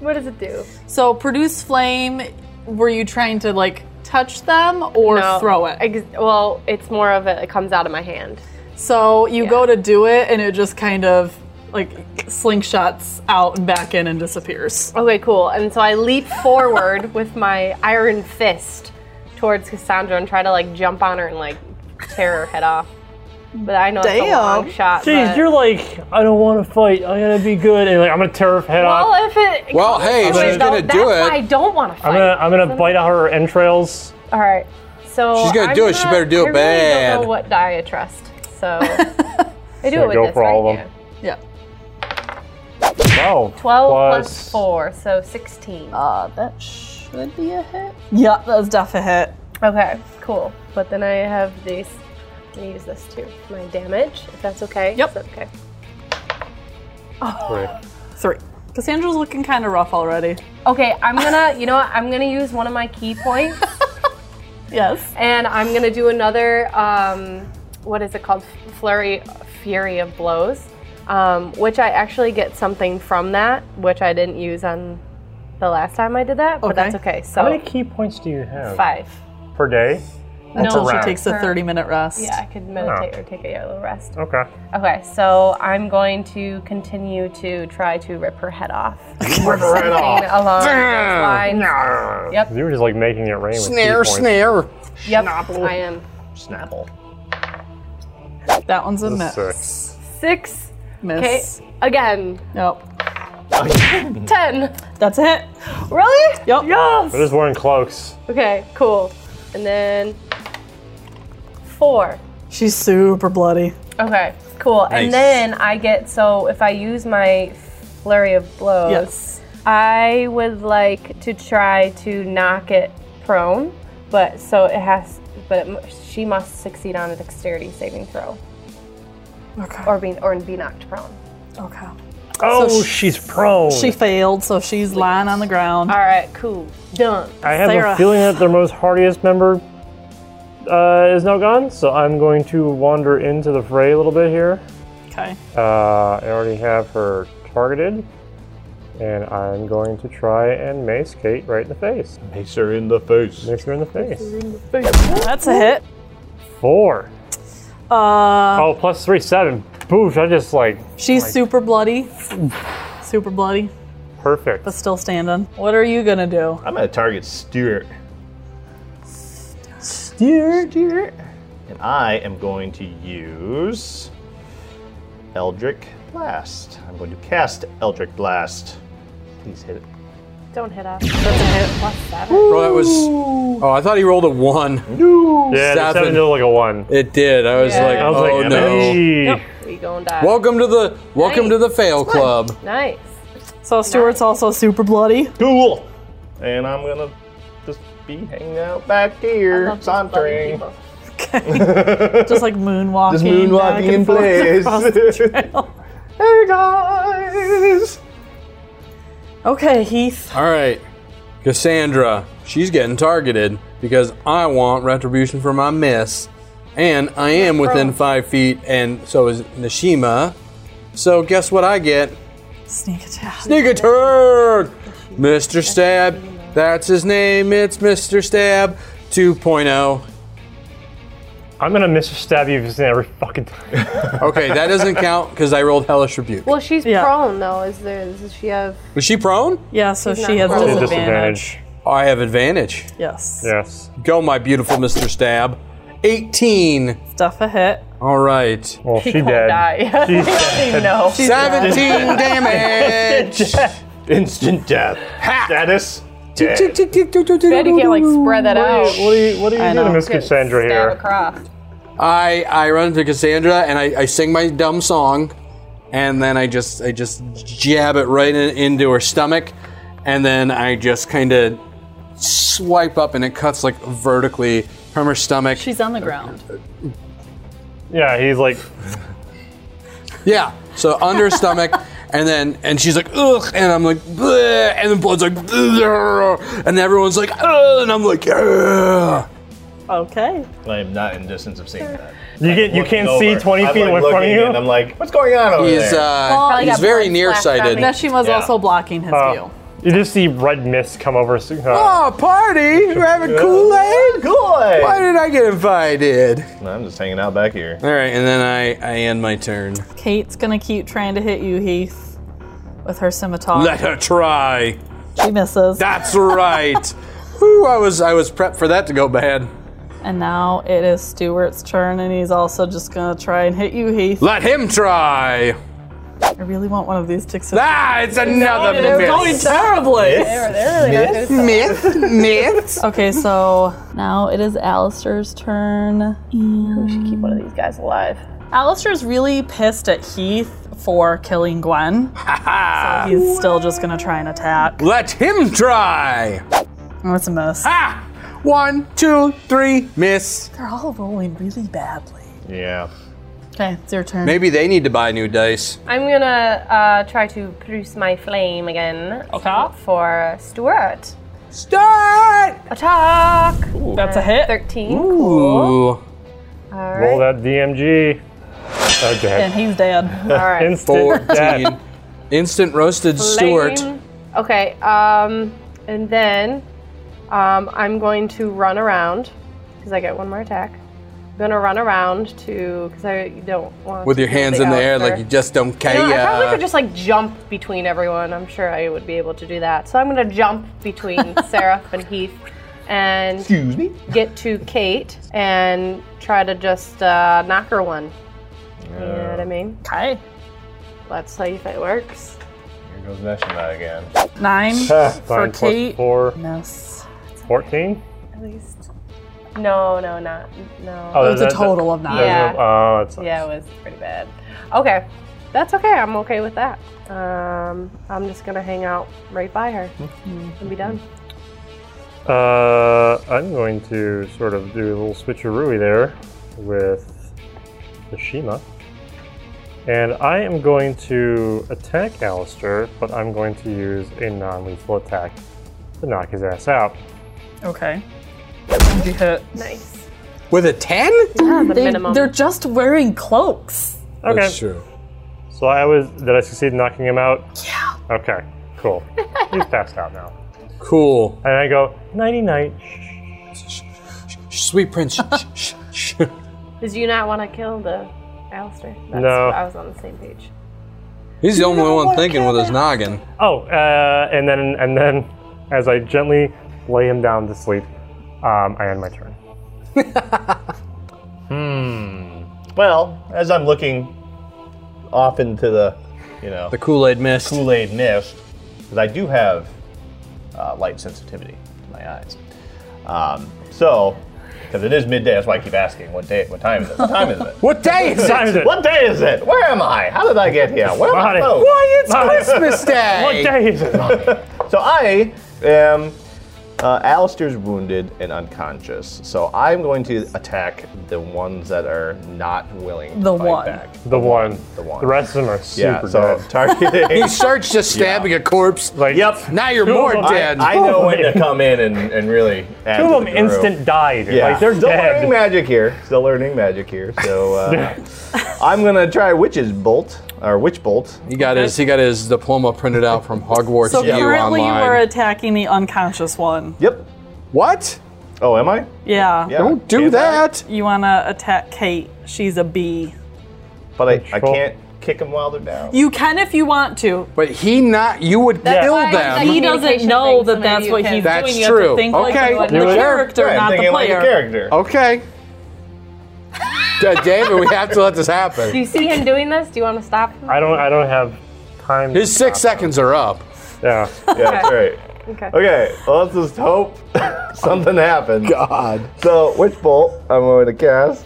Speaker 5: What does it do?
Speaker 2: so produce flame. Were you trying to like touch them or
Speaker 5: No,
Speaker 2: throw it?
Speaker 5: Ex- well, it's more of it. It comes out of my hand.
Speaker 2: So you go to do it, and it just kind of like slingshots out and back in and disappears.
Speaker 5: Okay, cool. And so I leap forward with my iron fist towards Cassandra and try to like jump on her and like tear her head off. But I know it's a
Speaker 2: Damn.
Speaker 5: long shot.
Speaker 4: Jeez,
Speaker 5: but-
Speaker 4: you're like, I don't want to fight. I gotta be good, and like, I'm gonna tear her head off.
Speaker 5: Well, if it.
Speaker 1: Well,
Speaker 5: comes
Speaker 1: hey,
Speaker 5: to
Speaker 1: she's
Speaker 5: it,
Speaker 1: gonna
Speaker 5: though,
Speaker 1: do
Speaker 5: that's
Speaker 1: it.
Speaker 5: why I don't want to
Speaker 4: I'm
Speaker 5: fight.
Speaker 4: gonna, I'm gonna bite out her entrails.
Speaker 5: All right. So
Speaker 1: She's gonna
Speaker 5: I'm
Speaker 1: do it, she better do it
Speaker 5: I really
Speaker 1: bad.
Speaker 5: don't know what die I trust. So I do
Speaker 4: So
Speaker 5: it with
Speaker 4: go
Speaker 5: this
Speaker 4: for
Speaker 5: right
Speaker 4: all of
Speaker 5: here.
Speaker 4: them.
Speaker 2: Yeah.
Speaker 4: Wow.
Speaker 5: 12 plus 4, so 16.
Speaker 2: Uh, that should be a hit. Yeah, that was def a hit.
Speaker 5: Okay, cool. But then I have these. I'm gonna use this too. My damage, if that's okay.
Speaker 2: Yep.
Speaker 5: Is that okay.
Speaker 2: Three. Cassandra's looking kind of rough already.
Speaker 5: Okay, I'm gonna, you know what? I'm gonna use one of my key points
Speaker 2: Yes.
Speaker 5: and I'm gonna do another, um, what is it called? Flurry, Fury of Blows, um, which I actually get something from that, which I didn't use on the last time I did that, but
Speaker 2: Okay.
Speaker 5: that's okay.
Speaker 4: How many
Speaker 5: So,
Speaker 4: key points do you have
Speaker 5: five.
Speaker 4: per day?
Speaker 2: Until she
Speaker 4: round.
Speaker 2: takes a 30 minute rest.
Speaker 5: Yeah, I could meditate or take a little rest.
Speaker 4: Okay.
Speaker 5: Okay, so I'm going to continue to try to rip her head off.
Speaker 6: Rip her head off.
Speaker 5: Along those lines. Yep.
Speaker 4: You were just like making it rain. With key
Speaker 1: Snare,
Speaker 4: points.
Speaker 1: snare.
Speaker 5: Yep, I am.
Speaker 6: Snapple.
Speaker 2: That one's a miss.
Speaker 4: Six.
Speaker 5: Six. Okay,
Speaker 2: Miss.
Speaker 5: again.
Speaker 2: Nope.
Speaker 5: Ten.
Speaker 2: That's a hit.
Speaker 5: Really?
Speaker 2: Yep.
Speaker 4: We're just wearing cloaks.
Speaker 5: Okay, cool. And then four.
Speaker 2: She's super bloody.
Speaker 5: Okay, cool.
Speaker 1: Nice.
Speaker 5: And then I get, so if I use my flurry of blows,
Speaker 2: Yes.
Speaker 5: I would like to try to knock it prone, but so it has, but it, mu- she must succeed on a dexterity saving throw
Speaker 2: Okay.
Speaker 5: or be, or be knocked prone.
Speaker 2: okay.
Speaker 4: Oh,
Speaker 2: So sh-
Speaker 4: she's prone.
Speaker 2: She failed, so she's lying on the ground.
Speaker 5: All right, cool. Done.
Speaker 4: I have
Speaker 2: Sarah.
Speaker 4: a feeling that their most hardiest member uh, is now gone, so I'm going to wander into the fray a little bit here.
Speaker 2: Okay.
Speaker 4: Uh, I already have her targeted, and I'm going to try and mace Kate right in the face.
Speaker 6: Mace her in the face.
Speaker 4: Mace her in the face.
Speaker 2: That's a hit.
Speaker 4: Four.
Speaker 2: Uh,
Speaker 4: Oh, plus three, seven. Boosh, I just like,
Speaker 2: she's super bloody. Super bloody,
Speaker 4: perfect.
Speaker 2: but still standing. What are you gonna do?
Speaker 6: I'm gonna target Stuart.
Speaker 4: Steer.
Speaker 6: Stuart. And I am going to use Eldrick Blast. I'm going to cast Eldrick Blast. Please hit it.
Speaker 5: Don't hit us. That's a hit. Plus seven.
Speaker 1: Bro, that was. Oh, I thought he rolled a one.
Speaker 4: Yeah, the
Speaker 1: Seven.
Speaker 4: seven to like a one.
Speaker 1: It did. I was
Speaker 5: Yeah.
Speaker 1: like,
Speaker 4: I was
Speaker 1: oh
Speaker 4: like,
Speaker 1: no.
Speaker 4: "Hey."
Speaker 5: We gonna die.
Speaker 1: Welcome to the welcome to the fail club.
Speaker 5: Nice.
Speaker 2: So Stuart's also super bloody.
Speaker 6: Cool. And I'm gonna just be hanging out back here,
Speaker 5: Love those bloody
Speaker 6: sauntering.
Speaker 5: people.
Speaker 2: Just like moonwalking.
Speaker 6: Just moonwalking
Speaker 2: back
Speaker 6: in
Speaker 2: and forth
Speaker 6: place.
Speaker 2: across the trail.
Speaker 6: Hey guys!
Speaker 2: Okay, Heath.
Speaker 1: All right, Cassandra, she's getting targeted because I want retribution for my miss, and I am within five feet, and so is Nishima. So guess what I get?
Speaker 2: Sneak attack.
Speaker 1: Sneak attack, Mr. Stab. That's his name. It's Mr. Stab oh. 2.0.
Speaker 4: I'm gonna miss stab you if it's every fucking time.
Speaker 1: Okay, that doesn't count because I rolled hellish rebuke.
Speaker 5: Well, she's
Speaker 2: Yeah.
Speaker 5: prone though. Is there? Does she have?
Speaker 1: Was she prone? Oh,
Speaker 2: Yeah, so
Speaker 5: She's
Speaker 2: she has
Speaker 5: not prone.
Speaker 4: It's a
Speaker 2: disadvantage.
Speaker 4: disadvantage.
Speaker 1: I have advantage.
Speaker 2: Yes.
Speaker 4: Yes.
Speaker 1: Go, my beautiful Mr. Stab. 18.
Speaker 2: Stuff a hit.
Speaker 1: All right.
Speaker 4: Well, she
Speaker 5: can't
Speaker 4: dead.
Speaker 5: die.
Speaker 4: She's dead.
Speaker 5: No.
Speaker 1: 17 damage.
Speaker 6: Instant death. Status. Dead.
Speaker 5: Glad you can't like spread that out.
Speaker 4: What do you, what do you
Speaker 2: I
Speaker 4: do to
Speaker 2: know.
Speaker 4: Miss
Speaker 5: Get
Speaker 4: Cassandra
Speaker 5: stab
Speaker 4: here?
Speaker 5: Across.
Speaker 1: I I run to Cassandra and I, I sing my dumb song, and then I just I just jab it right in, into her stomach, and then I just kind of swipe up and it cuts like vertically from her stomach.
Speaker 2: She's on the ground.
Speaker 4: Yeah, he's like,
Speaker 1: Yeah. So under her stomach, and then and she's like ugh, and I'm like bleh, and the blood's like "Bleh," and everyone's like ugh, and I'm like ugh.
Speaker 2: Okay.
Speaker 6: I am not in distance of seeing that.
Speaker 4: you get, you can't see
Speaker 6: Over.
Speaker 4: 20
Speaker 6: I'm,
Speaker 4: feet
Speaker 6: like,
Speaker 4: away from
Speaker 6: looking
Speaker 4: you.
Speaker 6: And I'm like, what's going on over
Speaker 1: He's
Speaker 6: there?
Speaker 1: uh, he's
Speaker 5: got
Speaker 1: very
Speaker 5: blood splashed on
Speaker 1: nearshima
Speaker 5: me.
Speaker 2: She was
Speaker 6: Yeah.
Speaker 2: also blocking his
Speaker 4: Uh,
Speaker 2: view.
Speaker 4: you just see red mist come over. so- Uh,
Speaker 1: Oh, party! We're having Kool Aid. Why
Speaker 6: Good.
Speaker 1: did I get invited?
Speaker 6: I'm just hanging out back here.
Speaker 1: All right, and then I, I end my turn.
Speaker 2: Kate's gonna keep trying to hit you, Heath, with her scimitar.
Speaker 1: Let her try.
Speaker 2: She misses.
Speaker 1: That's right. Whew, I was I was prepped for that to go bad.
Speaker 2: And now it is Stuart's turn, and he's also just gonna try and hit you, Heath.
Speaker 1: Let him try.
Speaker 2: I really want one of these to succeed.
Speaker 1: Ah, it's another miss.
Speaker 2: terribly.
Speaker 1: Myth, myth.
Speaker 2: Okay, so now it is Alistair's turn. And
Speaker 5: Should keep one of these guys alive.
Speaker 2: Alistair's really pissed at Heath for killing Gwen. so he's still just gonna try and attack.
Speaker 1: Let him try.
Speaker 2: Oh, it's a miss.
Speaker 1: Ah, one, two, three, miss.
Speaker 2: They're all rolling really badly.
Speaker 6: Yeah.
Speaker 2: Okay, it's your turn.
Speaker 1: Maybe they need to buy new dice.
Speaker 5: I'm gonna uh, try to produce my flame again. Okay. For Stuart.
Speaker 1: Start.
Speaker 5: Attack.
Speaker 2: That's a hit.
Speaker 5: Thirteen. Cool.
Speaker 1: Ooh,
Speaker 5: All
Speaker 4: roll
Speaker 5: right.
Speaker 4: that DMG. Oh,
Speaker 2: And
Speaker 4: dead.
Speaker 2: he's dead.
Speaker 5: All right.
Speaker 4: Instant dead.
Speaker 1: fourteen. Instant roasted Stuart.
Speaker 5: Flame. Okay. Um, and then um, I'm going to run around because I get one more attack. I'm gonna run around to because I don't want
Speaker 1: With your hands in the air like you just don't care.
Speaker 5: No, I probably could just like jump between everyone. I'm sure I would be able to do that. So I'm gonna jump between Seraph and Heath and
Speaker 6: Excuse me.
Speaker 5: get to Kate and try to just uh, knock her one. You know what I mean?
Speaker 2: Okay.
Speaker 5: Let's see if it works.
Speaker 6: Here goes Neshima again.
Speaker 2: Nine.
Speaker 4: Nine plus
Speaker 2: Kate.
Speaker 4: four,
Speaker 2: Miss.
Speaker 4: 14?
Speaker 5: At least. No, no, not no.
Speaker 4: Oh,
Speaker 2: It's a total of nine.
Speaker 5: Yeah.
Speaker 4: Oh, that's
Speaker 5: Yeah, it was pretty bad. Okay. That's okay. I'm okay with that. Um, I'm just gonna hang out right by her and be done.
Speaker 4: Uh, I'm going to sort of do a little switcheroo there with the Shima. And I am going to attack Alistair, but I'm going to use a non lethal attack to knock his ass out.
Speaker 2: Okay. And you hit.
Speaker 5: Nice.
Speaker 1: With a ten?
Speaker 5: The minimum.
Speaker 2: They're just wearing cloaks.
Speaker 4: Okay.
Speaker 1: true.
Speaker 4: So I was. Did I succeed in knocking him out? Yeah. Okay, cool. He's passed out now.
Speaker 1: Cool.
Speaker 4: And I go, nighty night.
Speaker 1: Sweet Prince. Shh, shh, shh.
Speaker 5: Did you not want to kill the Alistair? That's
Speaker 4: No.
Speaker 5: I was on the same page.
Speaker 1: He's the only one thinking with his noggin.
Speaker 4: Oh, uh, and then and then, as I gently lay him down to sleep, um, I end my turn.
Speaker 6: Well, as I'm looking off into the, you know,
Speaker 1: The Kool Aid mist.
Speaker 6: Kool Aid mist, because I do have uh, light sensitivity to my eyes. Um, so, because it is midday, that's why I keep asking, what day? What time is it? What time is it?
Speaker 1: What day is
Speaker 4: Time is it?
Speaker 6: What day is it? Where am I? How did I get here? Where am I?
Speaker 4: Body.
Speaker 6: supposed-
Speaker 1: Why, it's Christmas Day!
Speaker 4: What day is it?
Speaker 6: So I am Uh, Alistair's wounded and unconscious, so I'm going to attack the ones that are not willing to
Speaker 2: The
Speaker 6: fight
Speaker 2: one.
Speaker 6: back.
Speaker 4: The one.
Speaker 6: The one.
Speaker 4: The rest of them are super
Speaker 6: Yeah, so
Speaker 4: dead.
Speaker 6: targeting.
Speaker 1: He starts just stabbing a corpse.
Speaker 4: Like-
Speaker 1: yep. Now you're more
Speaker 4: I-
Speaker 1: dead.
Speaker 6: I know when to come in and, and really add
Speaker 4: Two
Speaker 6: to
Speaker 4: of them
Speaker 6: the group.
Speaker 4: instant died.
Speaker 6: Yeah,
Speaker 4: Like they're
Speaker 6: still
Speaker 4: dead.
Speaker 6: learning magic here. Still learning magic here. So uh, I'm gonna try witch's bolt or witch bolt.
Speaker 1: he got his he got his diploma printed out from Hogwarts
Speaker 2: So
Speaker 1: U
Speaker 2: currently
Speaker 1: online.
Speaker 2: you are attacking the unconscious one.
Speaker 6: Yep.
Speaker 1: what?
Speaker 6: Oh, am I?
Speaker 2: Yeah.
Speaker 6: Yeah.
Speaker 1: Don't do
Speaker 6: Can't I?
Speaker 1: that.
Speaker 2: You want to attack Kate. She's a bee.
Speaker 6: But I, I
Speaker 4: Control.
Speaker 6: can't kick them while they're down.
Speaker 2: You can if you want to.
Speaker 1: But he not you would kill
Speaker 5: why I
Speaker 1: them.
Speaker 5: thought
Speaker 2: He
Speaker 5: you-
Speaker 2: doesn't
Speaker 5: Communication
Speaker 2: know
Speaker 5: thing, so
Speaker 2: that that's
Speaker 5: maybe
Speaker 2: what
Speaker 5: you can-
Speaker 2: he's
Speaker 1: That's
Speaker 2: doing. You have
Speaker 1: true.
Speaker 2: to think like
Speaker 1: Okay.
Speaker 2: the, like
Speaker 1: Do
Speaker 2: the
Speaker 1: it.
Speaker 2: character,
Speaker 6: Right, I'm
Speaker 2: not the
Speaker 6: thinking like a
Speaker 2: player.
Speaker 6: character.
Speaker 1: okay. Da- David, we have to let this happen.
Speaker 5: Do you see him doing this? Do you want to stop him?
Speaker 4: I don't. I don't have time.
Speaker 1: His six seconds are up.
Speaker 4: Yeah.
Speaker 6: Yeah, that's right.
Speaker 5: Okay.
Speaker 6: Okay, well, let's just hope something happens.
Speaker 1: God.
Speaker 6: So, witch bolt, I'm going to cast.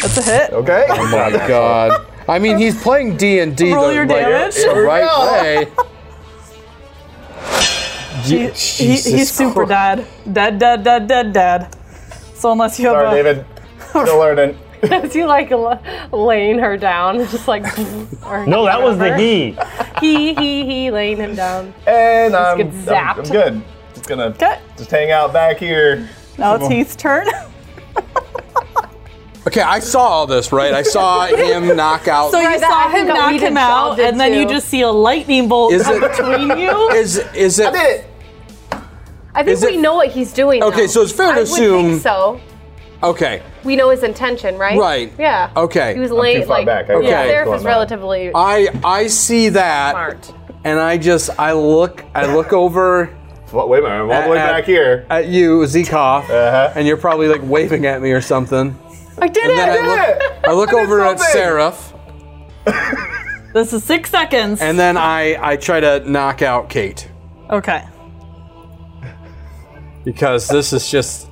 Speaker 2: That's a hit.
Speaker 6: Okay.
Speaker 1: My God. I mean, he's playing D and D the
Speaker 2: Roll your
Speaker 1: like,
Speaker 2: damage.
Speaker 1: the right way.
Speaker 2: He- he- he's super dead. Dead, dead, dead, dead, dead. So unless you have
Speaker 6: Sorry,
Speaker 2: a
Speaker 6: David. Still learning.
Speaker 5: As you like l- laying her down, just like. or
Speaker 4: No, that was the
Speaker 5: whatever.
Speaker 4: he.
Speaker 5: He he he laying him down.
Speaker 6: And I'm,
Speaker 5: get
Speaker 6: I'm-
Speaker 5: zapped.
Speaker 6: I'm good. Just gonna
Speaker 2: Okay.
Speaker 6: just hang out back here.
Speaker 2: Now it's Heath's turn.
Speaker 1: Okay, I saw all this, right? I saw him knock out.
Speaker 2: So you
Speaker 5: Right, that-
Speaker 2: saw
Speaker 5: I think
Speaker 2: him
Speaker 5: that
Speaker 2: knock
Speaker 5: we did-
Speaker 2: him
Speaker 5: Saul
Speaker 2: out,
Speaker 5: did
Speaker 2: and then you
Speaker 5: too.
Speaker 2: just see a lightning bolt
Speaker 1: Is
Speaker 2: come
Speaker 1: it-
Speaker 2: between you.
Speaker 1: is is it?
Speaker 5: I think
Speaker 1: Is
Speaker 5: we
Speaker 1: it-
Speaker 5: know what he's doing.
Speaker 1: Okay,
Speaker 5: now.
Speaker 1: so it's fair to
Speaker 5: I Would
Speaker 1: assume-
Speaker 5: think so
Speaker 1: Okay,
Speaker 5: we know his intention, right?
Speaker 1: Right.
Speaker 5: Yeah.
Speaker 1: Okay.
Speaker 5: He was
Speaker 1: I'm too
Speaker 5: late.
Speaker 6: far
Speaker 5: like,
Speaker 6: back. I
Speaker 1: don't know
Speaker 5: Yeah,
Speaker 1: what's
Speaker 5: Seraph
Speaker 6: going
Speaker 5: is
Speaker 6: on.
Speaker 5: relatively
Speaker 1: I I see that,
Speaker 5: smart.
Speaker 1: and I just I look I look over
Speaker 6: Well, wait a minute. I'm all the way
Speaker 1: Uh, uh,
Speaker 6: back here.
Speaker 1: at you, Zekoff,
Speaker 6: Uh-huh.
Speaker 1: and you're probably like waving at me or something.
Speaker 2: I did
Speaker 1: And then I look, I look over at
Speaker 6: something.
Speaker 1: Seraph,
Speaker 2: This is six seconds.
Speaker 1: and then I I try to knock out Kate
Speaker 2: okay.
Speaker 1: because this is just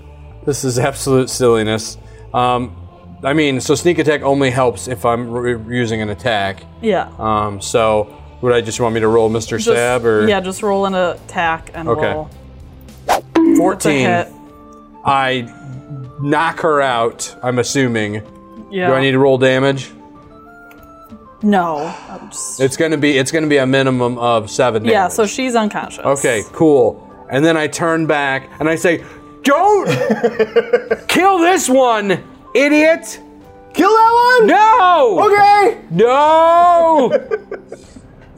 Speaker 1: this is absolute silliness. Um, I mean, so sneak attack only helps if I'm re- using an attack.
Speaker 2: Yeah.
Speaker 1: Um, so would I just want me to roll Mr.
Speaker 2: Just-
Speaker 1: Stab or
Speaker 2: yeah, just roll an attack and
Speaker 1: Okay.
Speaker 2: roll. It's a
Speaker 1: 14?
Speaker 2: hit.
Speaker 1: I knock her out. I'm assuming.
Speaker 2: Yeah.
Speaker 1: Do I need to roll damage?
Speaker 2: No. I'm just-
Speaker 1: It's gonna be it's gonna be a minimum of seven.
Speaker 2: yeah.
Speaker 1: damage.
Speaker 2: So she's unconscious.
Speaker 1: Okay, cool. And then I turn back and I say, "Don't kill this one, idiot!
Speaker 6: Kill that one.
Speaker 1: No!
Speaker 6: Okay.
Speaker 1: No!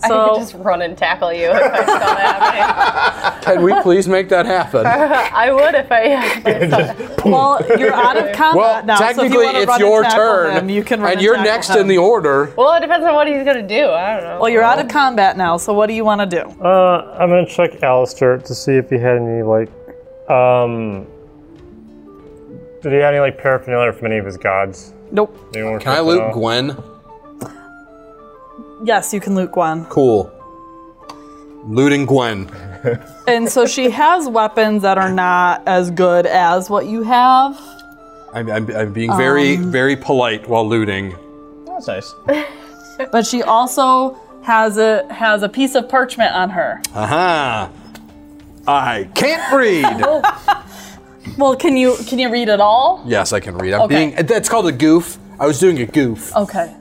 Speaker 5: I
Speaker 2: So
Speaker 5: could just run and tackle you if I saw that happening.
Speaker 1: Can we please make that happen?
Speaker 2: Uh,
Speaker 5: I would if I. If I saw that.
Speaker 2: well, you're out of combat
Speaker 1: Well,
Speaker 2: now. so if you
Speaker 1: technically,
Speaker 2: wanna
Speaker 1: it's
Speaker 2: run and
Speaker 1: your
Speaker 2: tackle
Speaker 1: turn,
Speaker 2: him, you can run
Speaker 1: and you're
Speaker 2: tackle
Speaker 1: next
Speaker 2: him.
Speaker 1: in the order.
Speaker 5: Well, it depends on what he's gonna do. I don't know.
Speaker 2: Well, you're out of combat now. So what do you want to do?
Speaker 4: Uh, I'm gonna check Alistair to see if he had any like, um, did he have any like paraphernalia from any of his gods?
Speaker 2: Nope.
Speaker 4: Anyone
Speaker 1: Can I
Speaker 4: check that
Speaker 1: loot
Speaker 4: out?
Speaker 1: Gwen?
Speaker 2: Yes, you can loot Gwen.
Speaker 1: Cool. Looting Gwen.
Speaker 2: And so she has weapons that are not as good as what you have.
Speaker 1: I'm, I'm, I'm being very,
Speaker 2: Um.
Speaker 1: very polite while looting.
Speaker 6: That's nice.
Speaker 2: But she also has a has a piece of parchment on her.
Speaker 1: Aha! I can't read!
Speaker 2: Well, can you can you read it all?
Speaker 1: yes, I can read. I'm
Speaker 2: Okay. Oh.
Speaker 1: being. That's called a goof. I was doing a goof.
Speaker 2: Okay.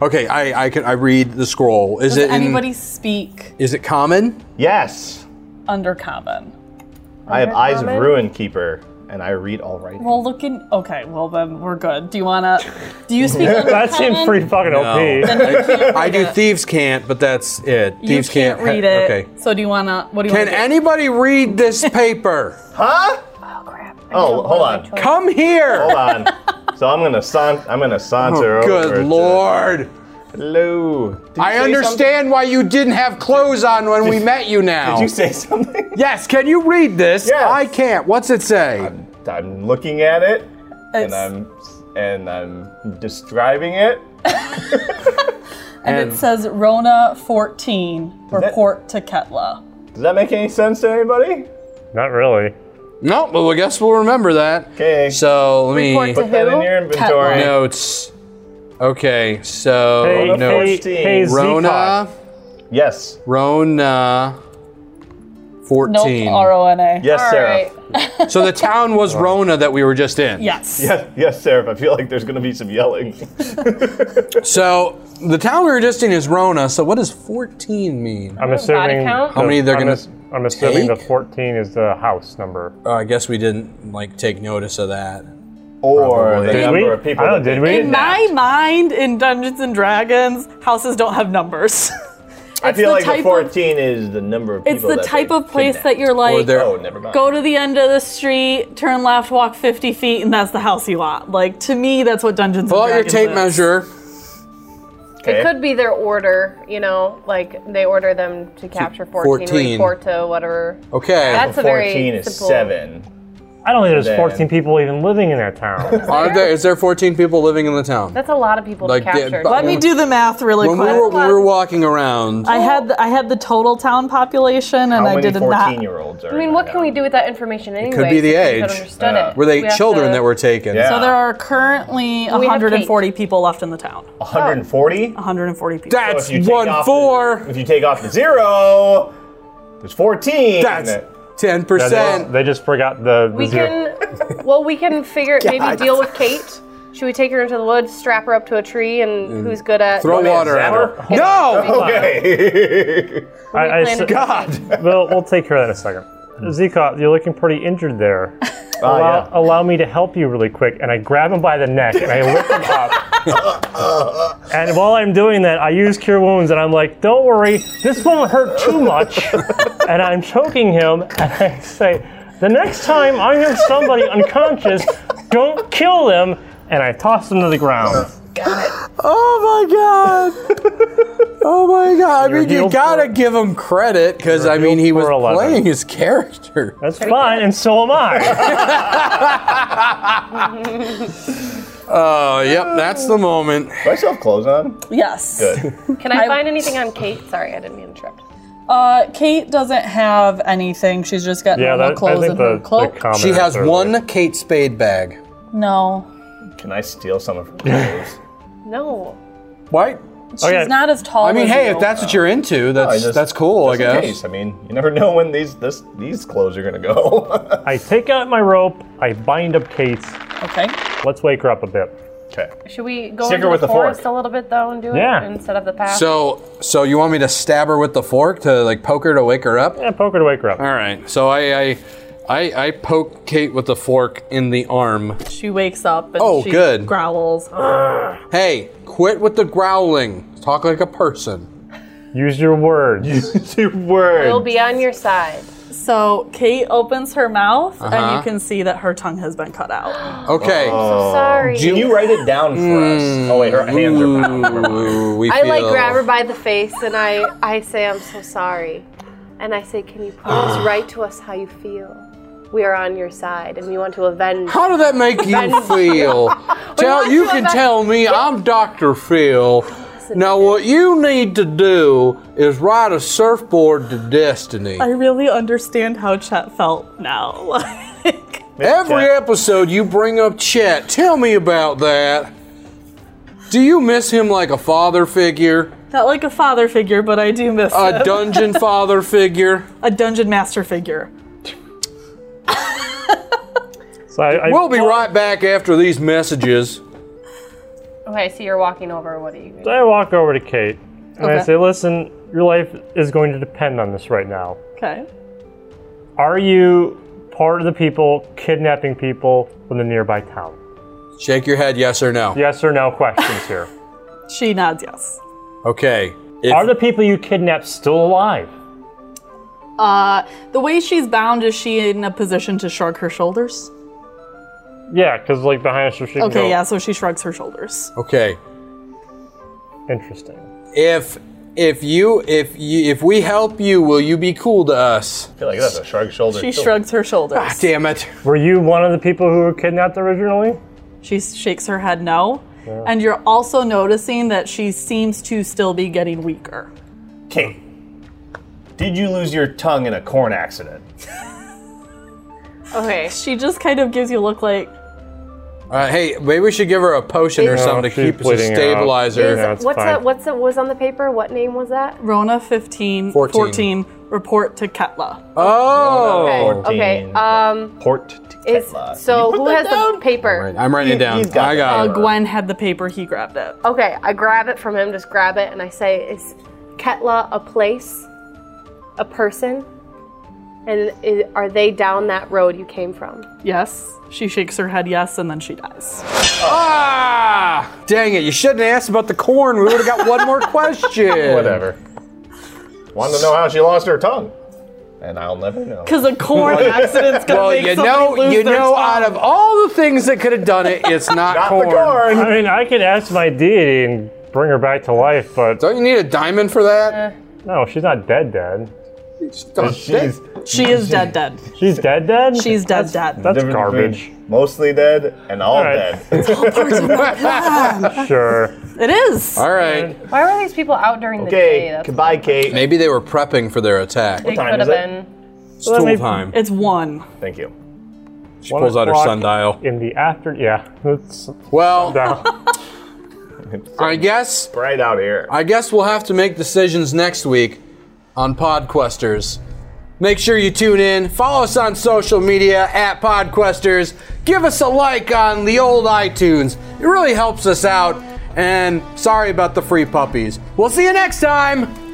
Speaker 1: Okay, I, I can I read the scroll. Is
Speaker 2: Does
Speaker 1: it in-
Speaker 2: anybody speak
Speaker 1: is it common?
Speaker 6: Yes.
Speaker 2: under common?
Speaker 6: I have eyes of ruin keeper, and I read all right.
Speaker 2: Well, looking. Okay. Well, then we're good. Do you wanna? Do you speak under
Speaker 4: That seems
Speaker 2: common?
Speaker 4: pretty fucking OP.
Speaker 1: I do thieves can't, but that's it.
Speaker 2: You
Speaker 1: thieves
Speaker 2: can't,
Speaker 1: ha-
Speaker 2: read it.
Speaker 1: Okay.
Speaker 2: So do you wanna? What do you
Speaker 1: Can
Speaker 2: wanna? do?
Speaker 1: anybody read this paper?
Speaker 6: Huh? Oh, hold on.
Speaker 1: Come here.
Speaker 6: Hold on. So I'm gonna son. I'm gonna saunter over.
Speaker 1: Oh, Good
Speaker 6: to-
Speaker 1: lord.
Speaker 6: Hello. Did you
Speaker 1: I
Speaker 6: say
Speaker 1: understand why you didn't have clothes on when we met you
Speaker 6: something?
Speaker 1: now.
Speaker 6: Did you say something?
Speaker 1: Yes, can you read this?
Speaker 6: Yes.
Speaker 1: I can't. What's it say?
Speaker 6: I'm looking at it, and
Speaker 2: It's-
Speaker 6: I'm and I'm describing it.
Speaker 2: It says Rona 14.
Speaker 6: that-
Speaker 2: Report to Ketla.
Speaker 6: Does that make any sense to anybody?
Speaker 4: Not really.
Speaker 1: no, well, I guess we'll remember that.
Speaker 6: Okay.
Speaker 1: So let
Speaker 5: Report
Speaker 1: me
Speaker 5: to
Speaker 6: Put that in
Speaker 5: who?
Speaker 6: your inventory.
Speaker 1: notes. Okay, so
Speaker 4: Hey,
Speaker 1: notes.
Speaker 4: hey, hey,
Speaker 1: Rona,
Speaker 6: Yes.
Speaker 1: Rona,
Speaker 2: Nope,
Speaker 1: 14.
Speaker 2: R O N A.
Speaker 6: Yes, Sarah.
Speaker 1: So the town was Rona that we were just in.
Speaker 2: Yes.
Speaker 6: Yes, yes, Sarah. I feel like there's going to be some yelling.
Speaker 1: So the town we were just in is Rona. So what does 14 mean?
Speaker 4: I'm assuming.
Speaker 5: count?
Speaker 4: the-
Speaker 1: How many they're
Speaker 4: I'm
Speaker 1: gonna
Speaker 4: ass- I'm assuming the
Speaker 1: take?
Speaker 4: 14 is the house number.
Speaker 1: Uh, I guess we didn't like take notice of that.
Speaker 6: or
Speaker 1: Probably.
Speaker 6: the
Speaker 1: Did
Speaker 6: number
Speaker 4: we?
Speaker 6: of people.
Speaker 4: I don't-
Speaker 6: that
Speaker 4: did
Speaker 6: they
Speaker 4: we?
Speaker 2: In my mind, in Dungeons and Dragons, houses don't have numbers.
Speaker 6: I feel
Speaker 2: the
Speaker 6: like
Speaker 2: type
Speaker 6: the
Speaker 2: of-
Speaker 6: 14 is the number of people.
Speaker 2: It's the
Speaker 6: that
Speaker 2: type
Speaker 6: they
Speaker 2: of place that
Speaker 6: kidnapped.
Speaker 2: you're
Speaker 1: Or
Speaker 2: like,
Speaker 1: they're-
Speaker 6: Oh, never mind.
Speaker 2: go to the end of the street, turn left, walk 50 feet, and that's the house you want. Like, to me, that's what Dungeons
Speaker 1: Pull
Speaker 2: and
Speaker 1: out your
Speaker 2: Dragons
Speaker 1: tape
Speaker 2: is.
Speaker 1: measure.
Speaker 6: Okay.
Speaker 5: It could be their order, you know, like they order them to capture 14,
Speaker 1: 14.
Speaker 5: report to whatever.
Speaker 1: Okay.
Speaker 5: That's
Speaker 6: 14
Speaker 5: a very
Speaker 6: is
Speaker 5: simple-
Speaker 6: 7.
Speaker 4: I don't think there's
Speaker 6: Then-
Speaker 4: 14 people even living in that town.
Speaker 1: Are there, is there 14 people living in the town?
Speaker 5: That's a lot of people
Speaker 1: Like,
Speaker 5: to capture.
Speaker 1: yeah, but-
Speaker 2: Let me do the math really
Speaker 1: when we
Speaker 2: quick.
Speaker 1: were, we were walking around,
Speaker 2: I had the, I had the total town population, and
Speaker 6: How
Speaker 2: I
Speaker 6: many
Speaker 2: did
Speaker 6: 14
Speaker 2: not.
Speaker 6: year olds are
Speaker 5: I mean, what can we do with that information anyway?
Speaker 1: could be the
Speaker 5: if we could
Speaker 1: age.
Speaker 5: understood
Speaker 6: Yeah.
Speaker 5: it?
Speaker 1: were they
Speaker 5: We have
Speaker 1: children
Speaker 5: to-
Speaker 1: that were taken?
Speaker 6: Yeah.
Speaker 2: So there are currently
Speaker 5: We have
Speaker 2: 140 people left in the town.
Speaker 6: 140?
Speaker 2: 140 people.
Speaker 1: That's
Speaker 6: If you take
Speaker 1: one
Speaker 6: off the-
Speaker 1: four.
Speaker 6: if you take off the zero, there's 14.
Speaker 1: That's ten
Speaker 4: They just-
Speaker 1: percent.
Speaker 4: they just forgot the, the
Speaker 5: We
Speaker 4: zero.
Speaker 5: can, well, we can figure maybe deal with Kate. Should we take her into the woods, strap her up to a tree, and who's good at
Speaker 1: Mm. Throw
Speaker 6: man,
Speaker 1: water at
Speaker 6: zapper.
Speaker 1: her. No.
Speaker 6: Okay.
Speaker 4: I, I
Speaker 5: plan
Speaker 4: s-
Speaker 5: to-
Speaker 6: God.
Speaker 4: we'll, we'll take care of that in a second. Zika, you're looking pretty injured there.
Speaker 6: Oh,
Speaker 4: Allow,
Speaker 6: yeah.
Speaker 4: allow me to help you really quick. And I grab him by the neck and I lift him up. and while I'm doing that, I use Cure Wounds and I'm like, don't worry, this won't hurt too much. and I'm choking him and I say, the next time I have somebody unconscious, don't kill them. And I toss them to the ground.
Speaker 1: Oh my god. oh my god. I mean, you
Speaker 4: healed
Speaker 1: gotta
Speaker 4: for-
Speaker 1: give him credit because I mean
Speaker 4: healed
Speaker 1: he was
Speaker 4: for 11.
Speaker 1: playing his character.
Speaker 4: That's fine, and so am I.
Speaker 1: Oh, yep. That's the moment.
Speaker 6: Do I still have clothes on?
Speaker 2: Yes.
Speaker 6: Good.
Speaker 5: Can I find anything on Kate? Sorry, I didn't mean to interrupt.
Speaker 2: Uh, Kate doesn't have anything. She's just got
Speaker 4: yeah,
Speaker 2: normal
Speaker 4: that, I
Speaker 2: clothes
Speaker 4: think
Speaker 2: and her
Speaker 4: the, the
Speaker 2: cloak.
Speaker 4: comment
Speaker 1: She has
Speaker 4: is
Speaker 1: one Kate Spade bag.
Speaker 2: no.
Speaker 6: Can I steal some of her clothes?
Speaker 5: No.
Speaker 1: What?
Speaker 2: She's
Speaker 4: Okay.
Speaker 2: not as tall
Speaker 1: I mean,
Speaker 2: as
Speaker 1: hey,
Speaker 2: you.
Speaker 1: if that's what you're into,
Speaker 6: I
Speaker 1: that's
Speaker 6: Oh, just-
Speaker 1: that's cool, I
Speaker 6: just in
Speaker 1: guess.
Speaker 6: case. I mean, you never know when these this, these clothes are gonna go.
Speaker 4: I take out my rope, I bind up Kate.
Speaker 2: Okay.
Speaker 4: Let's wake her up a bit.
Speaker 6: okay.
Speaker 5: Should we go
Speaker 6: Stick her
Speaker 5: into the
Speaker 6: with the fork.
Speaker 5: forest a little bit though and do
Speaker 4: Yeah.
Speaker 5: it instead of the path?
Speaker 1: So, so you want me to stab her with the fork to like poke her to wake her up?
Speaker 4: Yeah, poke her to wake her up.
Speaker 1: All right. So I, I, I, I poke Kate with the fork in the arm.
Speaker 2: She wakes up and
Speaker 1: Oh,
Speaker 2: she
Speaker 1: good.
Speaker 2: growls.
Speaker 1: Hey, quit with the growling. Talk like a person.
Speaker 4: Use your words.
Speaker 6: Two words.
Speaker 5: We'll be on your side.
Speaker 2: So Kate opens her mouth and
Speaker 1: Uh-huh.
Speaker 2: you can see that her tongue has been cut out.
Speaker 1: Okay.
Speaker 5: Sorry.
Speaker 6: Can you write it down for
Speaker 1: Mm.
Speaker 6: us? Oh wait, her hands are bound. Never mind.
Speaker 1: Ooh, we
Speaker 5: I like
Speaker 1: feel-
Speaker 5: grab her by the face and I, I say, I'm so sorry. And I say, Can you please write to us how you feel? We are on your side and we want to avenge.
Speaker 1: How did that make you feel? tell
Speaker 5: want
Speaker 1: you
Speaker 5: to
Speaker 1: can
Speaker 5: eva-
Speaker 1: tell me I'm Dr. Phil. Now what you need to do is ride a surfboard to destiny.
Speaker 2: I really understand how Chet felt now. Like,
Speaker 1: Every
Speaker 6: Chet.
Speaker 1: episode you bring up Chet. Tell me about that. Do you miss him like a father figure?
Speaker 2: not like a father figure, but I do miss
Speaker 1: A
Speaker 2: him.
Speaker 1: dungeon father figure?
Speaker 2: a dungeon master figure.
Speaker 4: So I, I,
Speaker 1: We'll be right back after these messages.
Speaker 5: Okay, so you're walking over. What do you
Speaker 4: I walk over to Kate and I
Speaker 2: Okay.
Speaker 4: say, "Listen, your life is going to depend on this right now.
Speaker 2: Okay.
Speaker 4: Are you part of the people kidnapping people from the nearby town?
Speaker 1: Shake your head yes or no.
Speaker 4: Yes or no questions here.
Speaker 2: She nods yes.
Speaker 1: Okay. If-
Speaker 4: Are the people you kidnapped still alive?
Speaker 2: Uh, the way she's bound, is she in a position to shrug her shoulders?
Speaker 4: Yeah, because like behind us, she can
Speaker 2: Okay,
Speaker 4: go,
Speaker 2: yeah, so she shrugs her shoulders.
Speaker 1: okay.
Speaker 4: Interesting.
Speaker 1: If if you if you if we help you, will you be cool to us?
Speaker 6: I feel like that's a shrug shoulder.
Speaker 2: She shrugs her shoulders.
Speaker 1: Damn it.
Speaker 4: Were you one of the people who were kidnapped originally?
Speaker 2: She shakes her head no. And you're also noticing that she seems to still be getting weaker.
Speaker 6: Kate, did you lose your tongue in a corn accident?
Speaker 5: do? Okay.
Speaker 2: She just kind of gives you a look like,
Speaker 1: Uh, hey, maybe we should give her a potion or
Speaker 4: No,
Speaker 1: something to
Speaker 4: she's
Speaker 1: keep to
Speaker 4: bleeding out.
Speaker 1: stabilize her.
Speaker 4: Yeah, it's
Speaker 5: what's
Speaker 4: fine.
Speaker 5: that? What's that? Was on the paper? What name was that?
Speaker 2: Rona 15,
Speaker 1: 14.
Speaker 2: 14, report to Ketla. Uh,
Speaker 1: Oh.
Speaker 5: Okay. Okay. Um,
Speaker 6: Port to
Speaker 5: is
Speaker 6: Ketla.
Speaker 5: so who has the
Speaker 2: down?
Speaker 5: paper?
Speaker 1: I'm writing it down.
Speaker 6: He's got
Speaker 1: I
Speaker 6: it.
Speaker 1: got
Speaker 2: Uh,
Speaker 1: it.
Speaker 2: Gwen had the paper, he grabbed it. Oh,
Speaker 5: Okay, I grab it from him. Just grab it, and I say, "Is Ketla a place, a person, and i are they down that road you came from?"
Speaker 2: Yes. She shakes her head yes, and then she dies.
Speaker 1: Ah! Dang it! You shouldn't have asked about the corn. We would have got one more question.
Speaker 6: Whatever. Wanted to know how she lost her tongue, and I'll never know.
Speaker 2: Because a corn accident's gonna
Speaker 1: Well,
Speaker 2: make
Speaker 1: Oh, you
Speaker 2: somebody
Speaker 1: know,
Speaker 2: lose
Speaker 1: you
Speaker 2: their
Speaker 1: know,
Speaker 2: tongue.
Speaker 1: out of all the things that could have done it, it's not,
Speaker 6: Not
Speaker 1: corn.
Speaker 6: the corn.
Speaker 4: I mean, I could ask my deity and bring her back to life, but
Speaker 1: Don't you need a diamond for that?
Speaker 4: no, she's not dead. Dead.
Speaker 6: She's
Speaker 2: she is dead, dead.
Speaker 4: She's dead. Dead.
Speaker 2: She's dead, dead.
Speaker 4: That's
Speaker 6: different
Speaker 4: garbage.
Speaker 6: between Mostly dead and all
Speaker 4: Alright.
Speaker 6: dead.
Speaker 4: Sure.
Speaker 2: It is.
Speaker 1: all right.
Speaker 5: Why were these people out during the day?
Speaker 6: Okay,
Speaker 5: That's
Speaker 6: goodbye, Kate.
Speaker 1: Maybe they were prepping for their attack.
Speaker 5: they
Speaker 6: time
Speaker 5: could
Speaker 6: is
Speaker 5: have
Speaker 6: it?
Speaker 5: been.
Speaker 1: It's tool
Speaker 4: maybe-
Speaker 1: time.
Speaker 2: It's one.
Speaker 6: Thank you.
Speaker 1: She pulls out her
Speaker 4: o'clock
Speaker 1: sundial.
Speaker 4: in the after. Yeah, that's
Speaker 1: Well,
Speaker 4: down.
Speaker 1: I guess
Speaker 6: Right out here.
Speaker 1: I guess we'll have to make decisions next week on Podquesters. Make sure you tune in. Follow us on social media at Podquesters. Give us a like on the old iTunes. It really helps us out. And sorry about the free puppies. We'll see you next time.